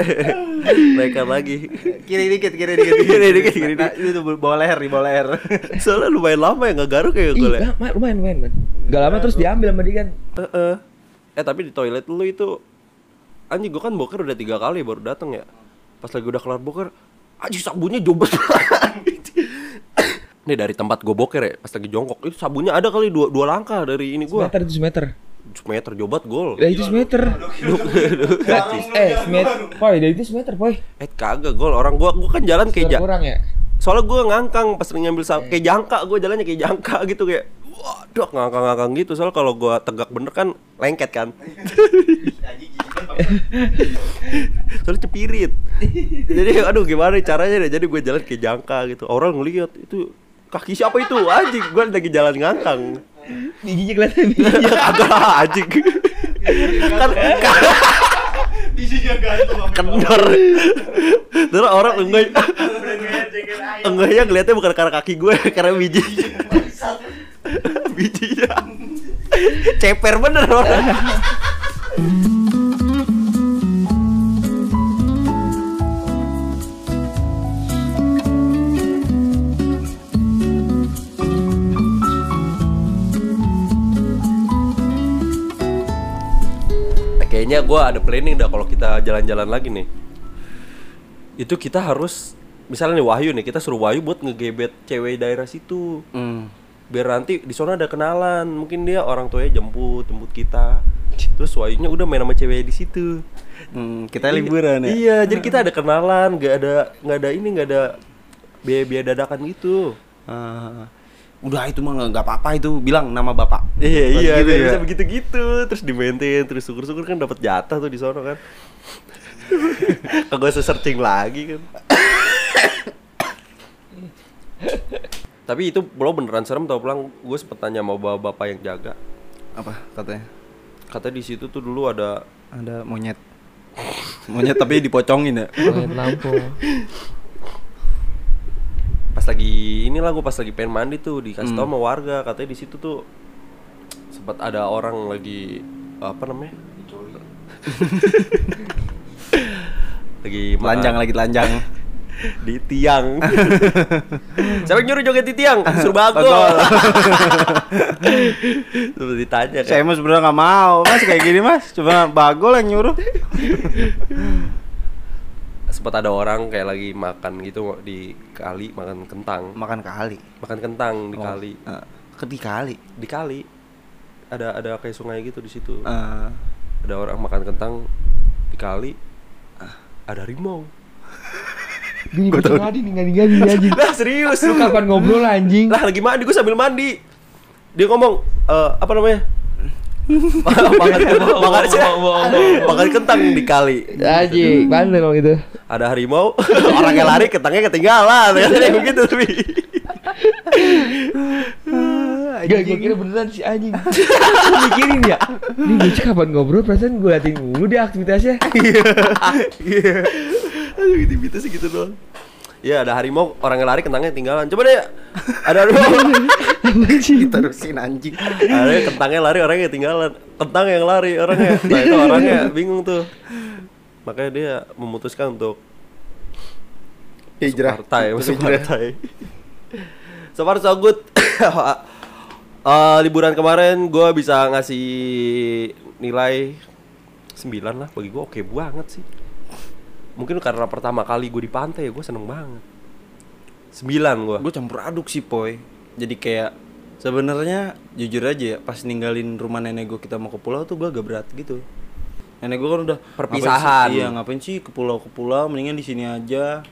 S2: naikkan lagi
S4: Kiri dikit, kiri dikit
S2: Kiri dikit, kiri
S4: Nah, Itu bawa leher, di bawah leher
S2: Soalnya lumayan lama ya nggak garuk
S3: Ih,
S2: ya gue liat.
S3: lama- lumayan lumayan kan Gak
S2: Iya,
S3: lama terus diambil sama dia kan
S2: Heeh. Eh tapi di toilet lu itu Anjing gue kan boker udah tiga kali baru datang ya Pas lagi udah kelar boker Anjing sabunnya jobes <coughs> Ini dari tempat gue boker ya Pas lagi jongkok Itu sabunnya ada kali dua, dua langkah dari ini gue
S3: Meter itu semeter
S2: Meter jobat gol
S3: Dah itu semeter Nah, Eh semeter Boy dah itu semeter boy
S2: Eh kagak gol orang gue Gue kan jalan kayak ja-
S3: Kurang ya
S2: Soalnya gue ngangkang pas ngambil sa- kayak jangka gue jalannya kayak jangka gitu kayak Waduh ngangkang-ngangkang gitu Soalnya kalau gue tegak bener kan lengket kan Soalnya cepirit Jadi aduh gimana caranya deh Jadi gue jalan kayak jangka gitu Orang ngeliat itu kaki siapa itu anjing gue lagi jalan ngangkang
S3: Giginya kelihatan biji.
S2: Iya kagak lah, anjing kan
S5: Isinya gantung sampai
S2: kendor terus orang enggak enggaknya ngeliatnya bukan karena kaki gue karena biji <laughs> bijinya ya. ceper bener orang Kayaknya gua ada planning dah kalau kita jalan-jalan lagi nih. Itu kita harus misalnya nih Wahyu nih, kita suruh Wahyu buat ngegebet cewek daerah situ.
S4: Hmm.
S2: Biar nanti di sana ada kenalan, mungkin dia orang tuanya jemput, jemput kita. Terus Wayunya udah main sama cewek di situ.
S4: Hmm, kita liburan ya.
S2: Iya, jadi kita ada kenalan, nggak ada nggak ada ini nggak ada biaya-biaya dadakan gitu.
S4: Ah, udah itu mah nggak- nggak apa-apa itu bilang nama bapak.
S2: Iya
S4: Bukan
S2: iya
S4: gitu
S2: biar
S4: ya.
S2: bisa begitu gitu terus di maintain terus syukur-syukur kan dapat jatah tuh di sono kan. <laughs> Kagak usah searching lagi kan. Tapi itu lo beneran serem tau pulang gue sempet tanya sama bapak-bapak yang jaga.
S4: Apa katanya?
S2: Kata di situ tuh dulu ada
S4: Ada monyet. monyet tapi dipocongin ya.
S3: Monyet lampau.
S2: pas lagi inilah gue pas lagi pengen mandi tuh dikasih
S4: Hmm.
S2: tau sama warga katanya di situ tuh sempat ada orang lagi apa namanya <laughs> lagi makan
S4: Telanjang lagi telanjang.
S2: di tiang siapa yang nyuruh joget di tiang suruh bagol <laughs> terus ditanya
S4: <laughs>
S2: kan
S4: Saya emang sebenarnya nggak mau mas kayak gini mas. Coba bagol yang nyuruh.
S2: sempat ada orang kayak lagi makan gitu di kali makan kentang
S4: Makan kali.
S2: makan kentang di kali
S4: Eh, ke di kali.
S2: di kali ada ada kayak sungai gitu di situ
S4: Eh,
S2: ada orang makan kentang dikali Ah. ada harimau
S3: Gue tau. Ngadi nih ngadi ngadi
S2: <laughs>
S3: anjing.
S2: lah serius
S3: Lu
S2: lu kan-
S3: kapan ngobrol anjing?
S2: lah lagi mandi gue sambil mandi dia ngomong eh, apa namanya <laughs> makan kentang makan, makan kentang dikali
S3: Anjing, bandel kalau gitu.
S2: ada harimau <laughs> orangnya lari kentangnya ketinggalan <laughs> gitu, katanya begitu tapi
S3: Gak, gue kira beneran si anjing <laughs> Gue mikirin ya Ini bocah kapan ngobrol perasaan gue liatin mulu dia aktivitasnya
S2: aduh gitu gitu sih gitu doang Iya ada harimau orangnya lari kentangnya ketinggalan coba deh ada <laughs> harimau
S4: Terusin anjing.
S2: Akhirnya kentangnya lari orangnya ketinggalan Kentang yang lari orangnya Nah itu orangnya bingung tuh Makanya dia memutuskan untuk
S4: Hijrah.
S2: partai Masuk partai So far so good <coughs> Eh, Liburan kemarin gue bisa ngasih nilai 9 lah Bagi gue oke banget sih Mungkin karena pertama kali gue di pantai ya gue seneng banget 9 gue
S4: gue campur aduk sih poy jadi kayak sebenarnya jujur aja ya pas ninggalin rumah nenek gue kita mau ke pulau tuh gue agak berat gitu nenek gue kan udah
S2: Perpisahan.
S4: ngapain sih, iya ngapain sih ke pulau ke pulau mendingan di sini aja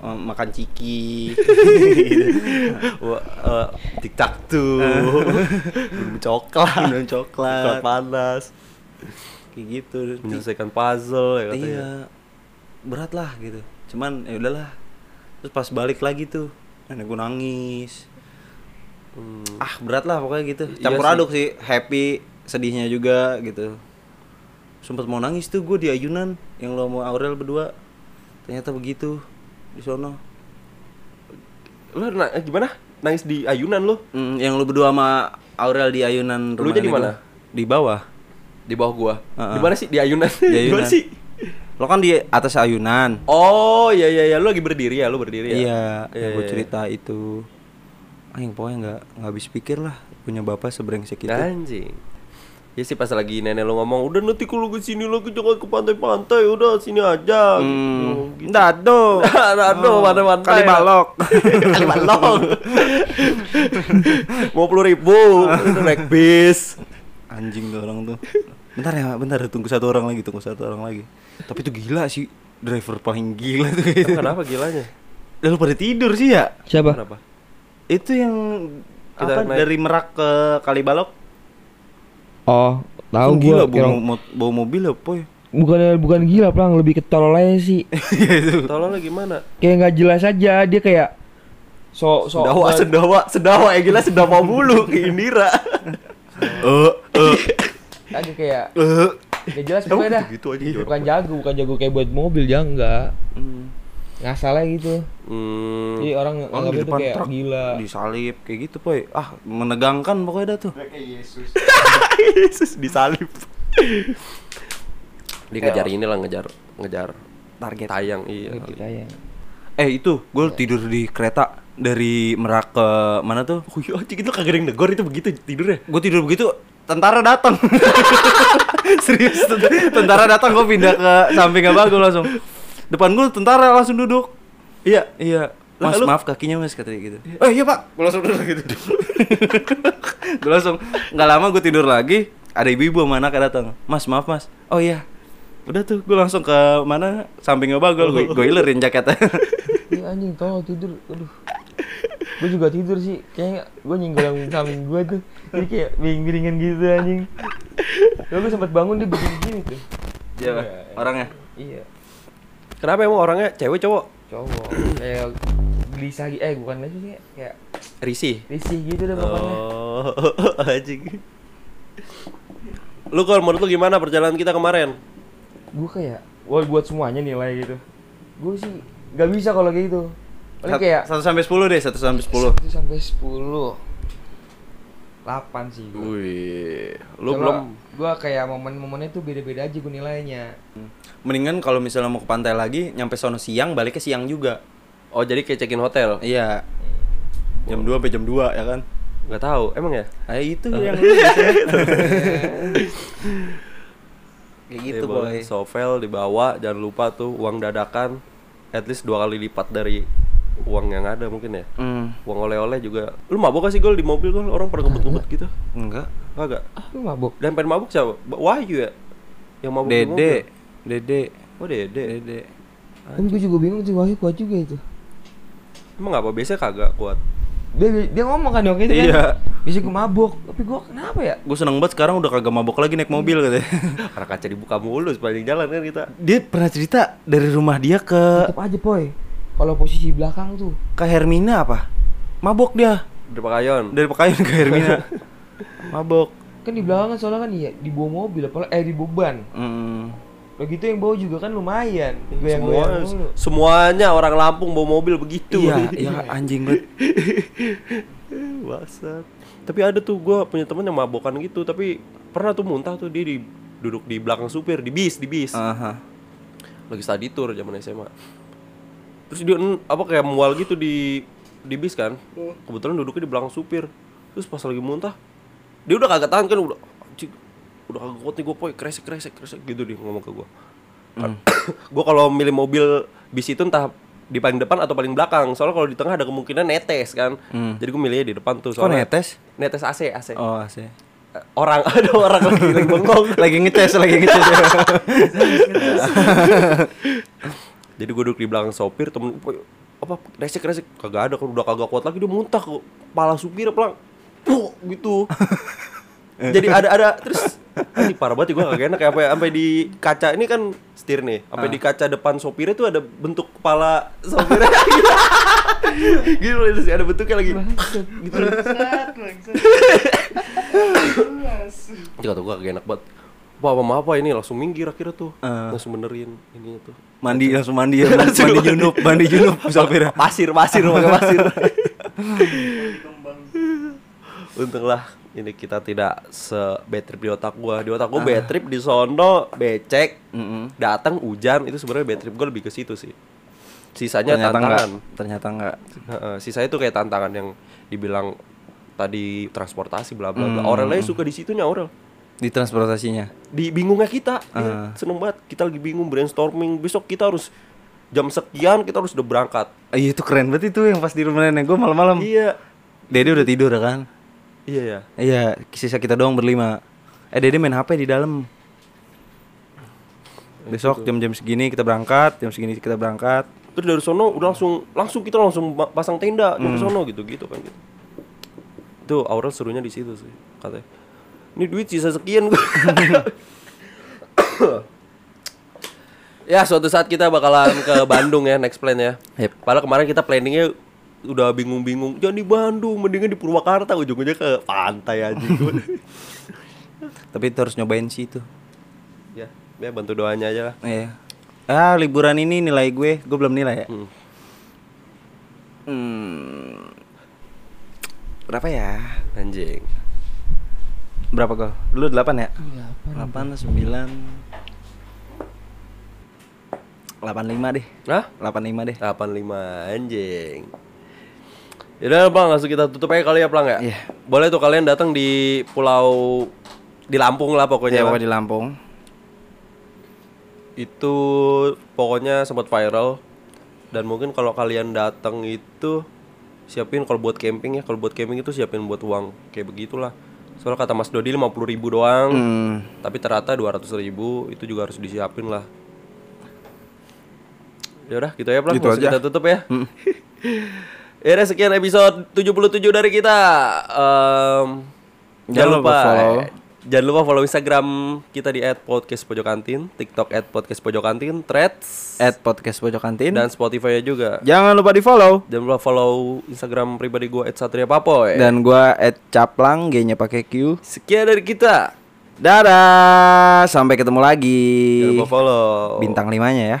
S4: eh, makan
S2: <laughs>
S4: ciki
S2: Wah, eh, tiktak
S4: <laughs>
S2: tuh belum coklat
S4: minum
S2: coklat
S4: coklat
S2: panas
S4: kayak gitu
S2: menyelesaikan puzzle ya katanya
S4: iya berat lah gitu cuman ya udahlah terus pas balik lagi tuh nenek gue nangis
S2: Hmm.
S4: ah berat lah pokoknya gitu
S2: Iya
S4: campur
S2: sih.
S4: aduk sih happy sedihnya juga gitu sempet mau nangis tuh gue di ayunan yang lo mau Aurel berdua ternyata begitu di sono
S2: lo na- eh, gimana nangis di ayunan lo
S4: Mm, yang lo berdua sama Aurel di ayunan
S2: Lu
S4: rumah
S2: jadi
S4: nenek
S2: mana?
S4: gua. di bawah
S2: di bawah gua
S4: Heeh.
S2: di mana sih di ayunan
S4: di
S2: <laughs> Di mana
S4: ayunan
S2: sih
S4: lo kan di atas ayunan
S2: oh iya iya iya lo lagi berdiri ya lo berdiri ya
S4: iya
S2: iya
S4: yang gue cerita itu ah yang pokoknya nggak nggak habis pikir lah punya bapak sebrengsek itu
S2: anjing ya sih pas lagi nenek lo ngomong udah nanti kalau ke sini lo jangan ke pantai-pantai udah sini aja
S4: Hmm,
S2: <laughs>
S4: dado,
S2: Dado, mana-mana ya. <laughs>
S4: kali balok.
S2: kali balong mau puluh
S4: <laughs>
S2: ribu itu naik bis
S4: <laughs> Anjing tuh orang tuh. Bentar ya, Mak, bentar tunggu satu orang lagi, tunggu satu orang lagi. Tapi itu gila sih, driver paling gila tuh.
S2: Emang kenapa gilanya
S4: Lalu pada tidur sih ya?
S3: Siapa?
S2: kenapa
S4: Itu yang
S2: Kita
S4: apa
S2: naik.
S4: dari Merak ke
S2: <laughs>
S4: Kalibalok?
S3: Oh, tahu
S4: Kan
S3: gue
S4: gila bawa, mo- bawa mobil ya, poy.
S3: Bukan bukan gila pelang lebih ketolol aja sih
S2: tolong gimana
S3: Kayak nggak jelas aja dia kayak So, so
S2: Sendawa, sendawa, sendawa ya gila sendawa mulu ke Indira.
S3: Aduh kayak
S4: Eh.
S3: Gak jelas pokoknya dah
S2: gitu aja
S3: Bukan jago, bukan jago kayak buat mobil, jangan enggak Ngasal aja gitu
S2: Hmm,
S3: Jadi orang
S4: Hmm. Orang
S3: anggapnya
S4: Kan di
S3: tuh
S4: depan
S3: kayak
S4: truk
S3: gila
S4: disalib kayak gitu, poy. Ah, menegangkan pokoknya dah tuh.
S5: Kayak
S4: <laughs>
S5: Yesus.
S2: Yesus disalib. Dia ngejar ini lah ngejar ngejar
S4: Target.
S2: tayang iya.
S3: Gitu tayang.
S4: Eh, itu gue tidur di kereta dari Merak ke mana tuh?
S2: Oh iya, Kuy anjing itu kagak ada yang negor itu begitu tidurnya.
S4: Gue tidur begitu tentara datang <laughs> serius ten- tentara datang gue pindah ke samping abang gue langsung depan gue tentara langsung duduk iya iya
S2: Lah,
S4: Mas,
S2: lu-
S4: maaf kakinya mas katanya gitu. Eh iya pak, gue langsung duduk gitu. gue langsung nggak lama gue tidur lagi, ada ibu-ibu sama anak datang. Mas maaf mas. Oh iya, udah tuh gue langsung ke mana samping bagol gue gue ilerin jaketnya. <laughs>
S3: Iya anjing tolong tidur. Aduh. Gue juga tidur sih. Kayaknya gue nyinggol yang samping gue tuh. Jadi kayak miring-miringan gitu anjing. Lalu gue sempat bangun dia begini-gini tuh.
S4: Iya Pak, orangnya.
S3: Iya.
S2: <laughs> Kenapa emang orangnya cewek cowok?
S3: Cowok kayak gelisah gitu. Eh bukan lagi kayak kayak
S2: Risih.
S3: risih gitu deh pokoknya.
S2: Oh, <laughs> anjing. Lu kalau menurut lu gimana perjalanan kita kemarin?
S3: Gue kayak wah buat semuanya nilai gitu. Gue sih gak bisa kalau kayak gitu. Paling kayak
S4: satu sampai sepuluh deh, satu sampai sepuluh.
S3: 1 sampai 10. 8 sih gue.
S4: Wih,
S2: Lu belum
S3: gue kayak momen-momennya tuh beda-beda aja gue nilainya
S4: mendingan kalau misalnya mau ke pantai lagi, nyampe sono siang, baliknya siang juga.
S2: Oh, jadi kayak check-in hotel.
S4: Iya. Jam 2 sampai jam 2 ya kan?
S2: Enggak tahu, emang ya?
S4: Ah <laughs> itu yang
S7: Kayak
S2: Iya,
S7: gitu boy.
S2: Sovel dibawa, jangan lupa tuh uang dadakan at least dua kali lipat dari uang yang ada mungkin ya.
S4: Hmm,
S2: Uang oleh-oleh juga. Lu mabok gak sih gol di mobil gol? Orang pernah ngebut-ngebut gitu.
S4: enggak.
S2: Kagak.
S3: Ah, lu mabuk
S2: Dan pengen mabuk siapa? Ba- Wahyu ya. Yang mabuk di mobil.
S4: Dede, Dede,
S2: Oh, Dede.
S4: Dede.
S3: kan gue juga bingung sih Wahyu kuat juga itu
S2: Emang apa biasanya kagak kuat.
S3: dia dia ngomong kan waktu itu kan
S4: Iya.
S3: bisa gue mabuk tapi gue kenapa ya
S4: Gue seneng banget sekarang udah kagak mabok lagi naik mobil katanya.
S2: Karena kaca dibuka mulu sepanjang jalan kan kita.
S4: <laughs> Dia pernah cerita dari rumah dia ke
S3: tetap aja poy kalau posisi belakang tuh
S4: ke Hermina apa? Mabok dia
S2: Di Pakayon.
S4: dari pakaian ke Hermina. <laughs> mabok.
S3: kan di belakang kan soalnya kan iya dibawa mobil apa eh dibawa ban
S4: Hmm.
S3: udah gitu yang bawa juga kan lumayan gue yang
S2: Iya, Semua,
S3: goyang mulu
S2: semuanya orang Lampung bawa mobil begitu. <laughs>
S4: Iya, iya anjing banget.
S2: Bangsat. Tapi ada tuh gue punya temen yang mabokan gitu, tapi pernah tuh muntah tuh dia di, duduk di belakang supir di bis, di bis.
S4: Aha.
S2: Lagi study tour zaman SMA. Terus dia en- apa kayak mual gitu di di bis kan. Kebetulan duduknya di belakang supir. Terus pas lagi muntah, dia udah kagak tahan kan udah anjing, udah kagak kuat nih gue poy, kresek kresek kresek gitu dia ngomong ke gue.
S4: Hmm.
S2: <coughs> gue kalau milih mobil bis itu entah di paling depan atau paling belakang soalnya kalau di tengah ada kemungkinan netes kan jadi gue milihnya di depan tuh
S4: Hmm. Kok
S2: soalnya
S4: netes?
S2: netes AC AC
S4: Oh, asik.
S2: Eh, orang <laughs> ada orang lagi lagi
S4: <laughs>
S2: bengong
S4: Lagi ngeces, lagi ngeces.
S2: jadi gue duduk di belakang sopir temen "Poy, apa resek resek kagak ada kan udah kagak kuat lagi dia muntah kok kepala supir pelang Puh, gitu jadi ada ada terus ini parah banget gue kagak enak ya sampai sampai di kaca ini kan setir nih sampai di kaca depan sopirnya tuh ada bentuk kepala sopirnya <laughs> gitu gitu loh, terus ada bentuknya lagi <laughs> gitu loh. Jadi kata gue kagak enak banget Wah, apa apa ini langsung minggir akhirnya tuh
S4: Eh.
S2: langsung benerin ininya tuh
S4: <laughs> mandi langsung mandi ya mandi
S2: Langsung mandi.
S4: junub mandi junub sopirnya
S2: pasir pasir pakai pasir <laughs> untunglah ini kita tidak se bad trip di otak gua di otak gua bad trip di sono becek datang hujan itu sebenarnya bad trip gua lebih ke situ sih sisanya
S4: ternyata enggak
S2: tantangan
S4: ternyata enggak
S2: Heeh, sisanya tuh kayak tantangan yang dibilang tadi transportasi bla bla bla Aurel aja suka di situnya Aurel
S4: di transportasinya
S2: di bingungnya kita Dia seneng banget kita lagi bingung brainstorming besok kita harus jam sekian kita harus udah berangkat
S4: Eh, iya itu keren banget itu yang pas di rumah nenek gue malam-malam
S2: iya
S4: dede udah tidur kan
S2: iya ya
S4: iya sisa kita doang berlima eh dede main hp di dalam besok jam-jam segini kita berangkat jam segini kita berangkat
S2: terus dari sono udah langsung langsung kita langsung ma- pasang tenda nyampe sono gitu gitu kan gitu tuh Aurel serunya di situ sih katanya ini duit sisa sekian gua." ya suatu saat kita bakalan ke Bandung ya next plan ya
S4: Yep.
S2: padahal kemarin kita planningnya udah bingung-bingung jangan di Bandung mendingan di Purwakarta ujung-ujungnya ke pantai aja <laughs> gua.
S4: tapi itu harus nyobain sih itu
S2: ya ya bantu doanya aja lah
S4: iya ah liburan ini nilai gue gue belum nilai ya
S2: Hmm.
S4: Hmm. berapa ya
S2: anjing
S4: berapa gol? Dulu 8 ya? 8, 9 85 deh
S2: Hah?
S4: 85 deh
S2: 85 anjing Yaudah bang, langsung kita tutup aja kali ya Plang ya.
S4: Iya.
S2: Boleh tuh kalian datang di pulau di Lampung lah pokoknya.
S4: Ya,
S2: Bang.
S4: pokoknya di Lampung.
S2: itu pokoknya sempat viral dan mungkin kalau kalian datang itu siapin kalau buat camping ya kalau buat camping itu siapin buat uang kayak begitulah soalnya kata Mas Dodi 50.000 ribu doang
S4: Hmm.
S2: tapi ternyata 200.000 ribu itu juga harus disiapin lah ya udah gitu ya pelan
S4: Gitu aja.
S2: kita tutup ya <laughs> ya udah, sekian episode 77 dari kita Em, jangan,
S4: Jangan lupa
S2: lupa,
S4: follow.
S2: jangan lupa follow Instagram kita di @podcastpojokantin, TikTok @podcastpojokantin, Threads
S4: At podcast pojok kantin.
S2: dan Spotify-nya juga.
S4: Jangan lupa di follow.
S2: Jangan lupa follow Instagram pribadi gua @satriapapoy.
S4: Dan gua at caplang, G-nya pakai Q.
S2: sekian dari kita.
S4: Dadah, sampai ketemu lagi.
S2: Jangan lupa follow.
S4: Bintang limanya ya.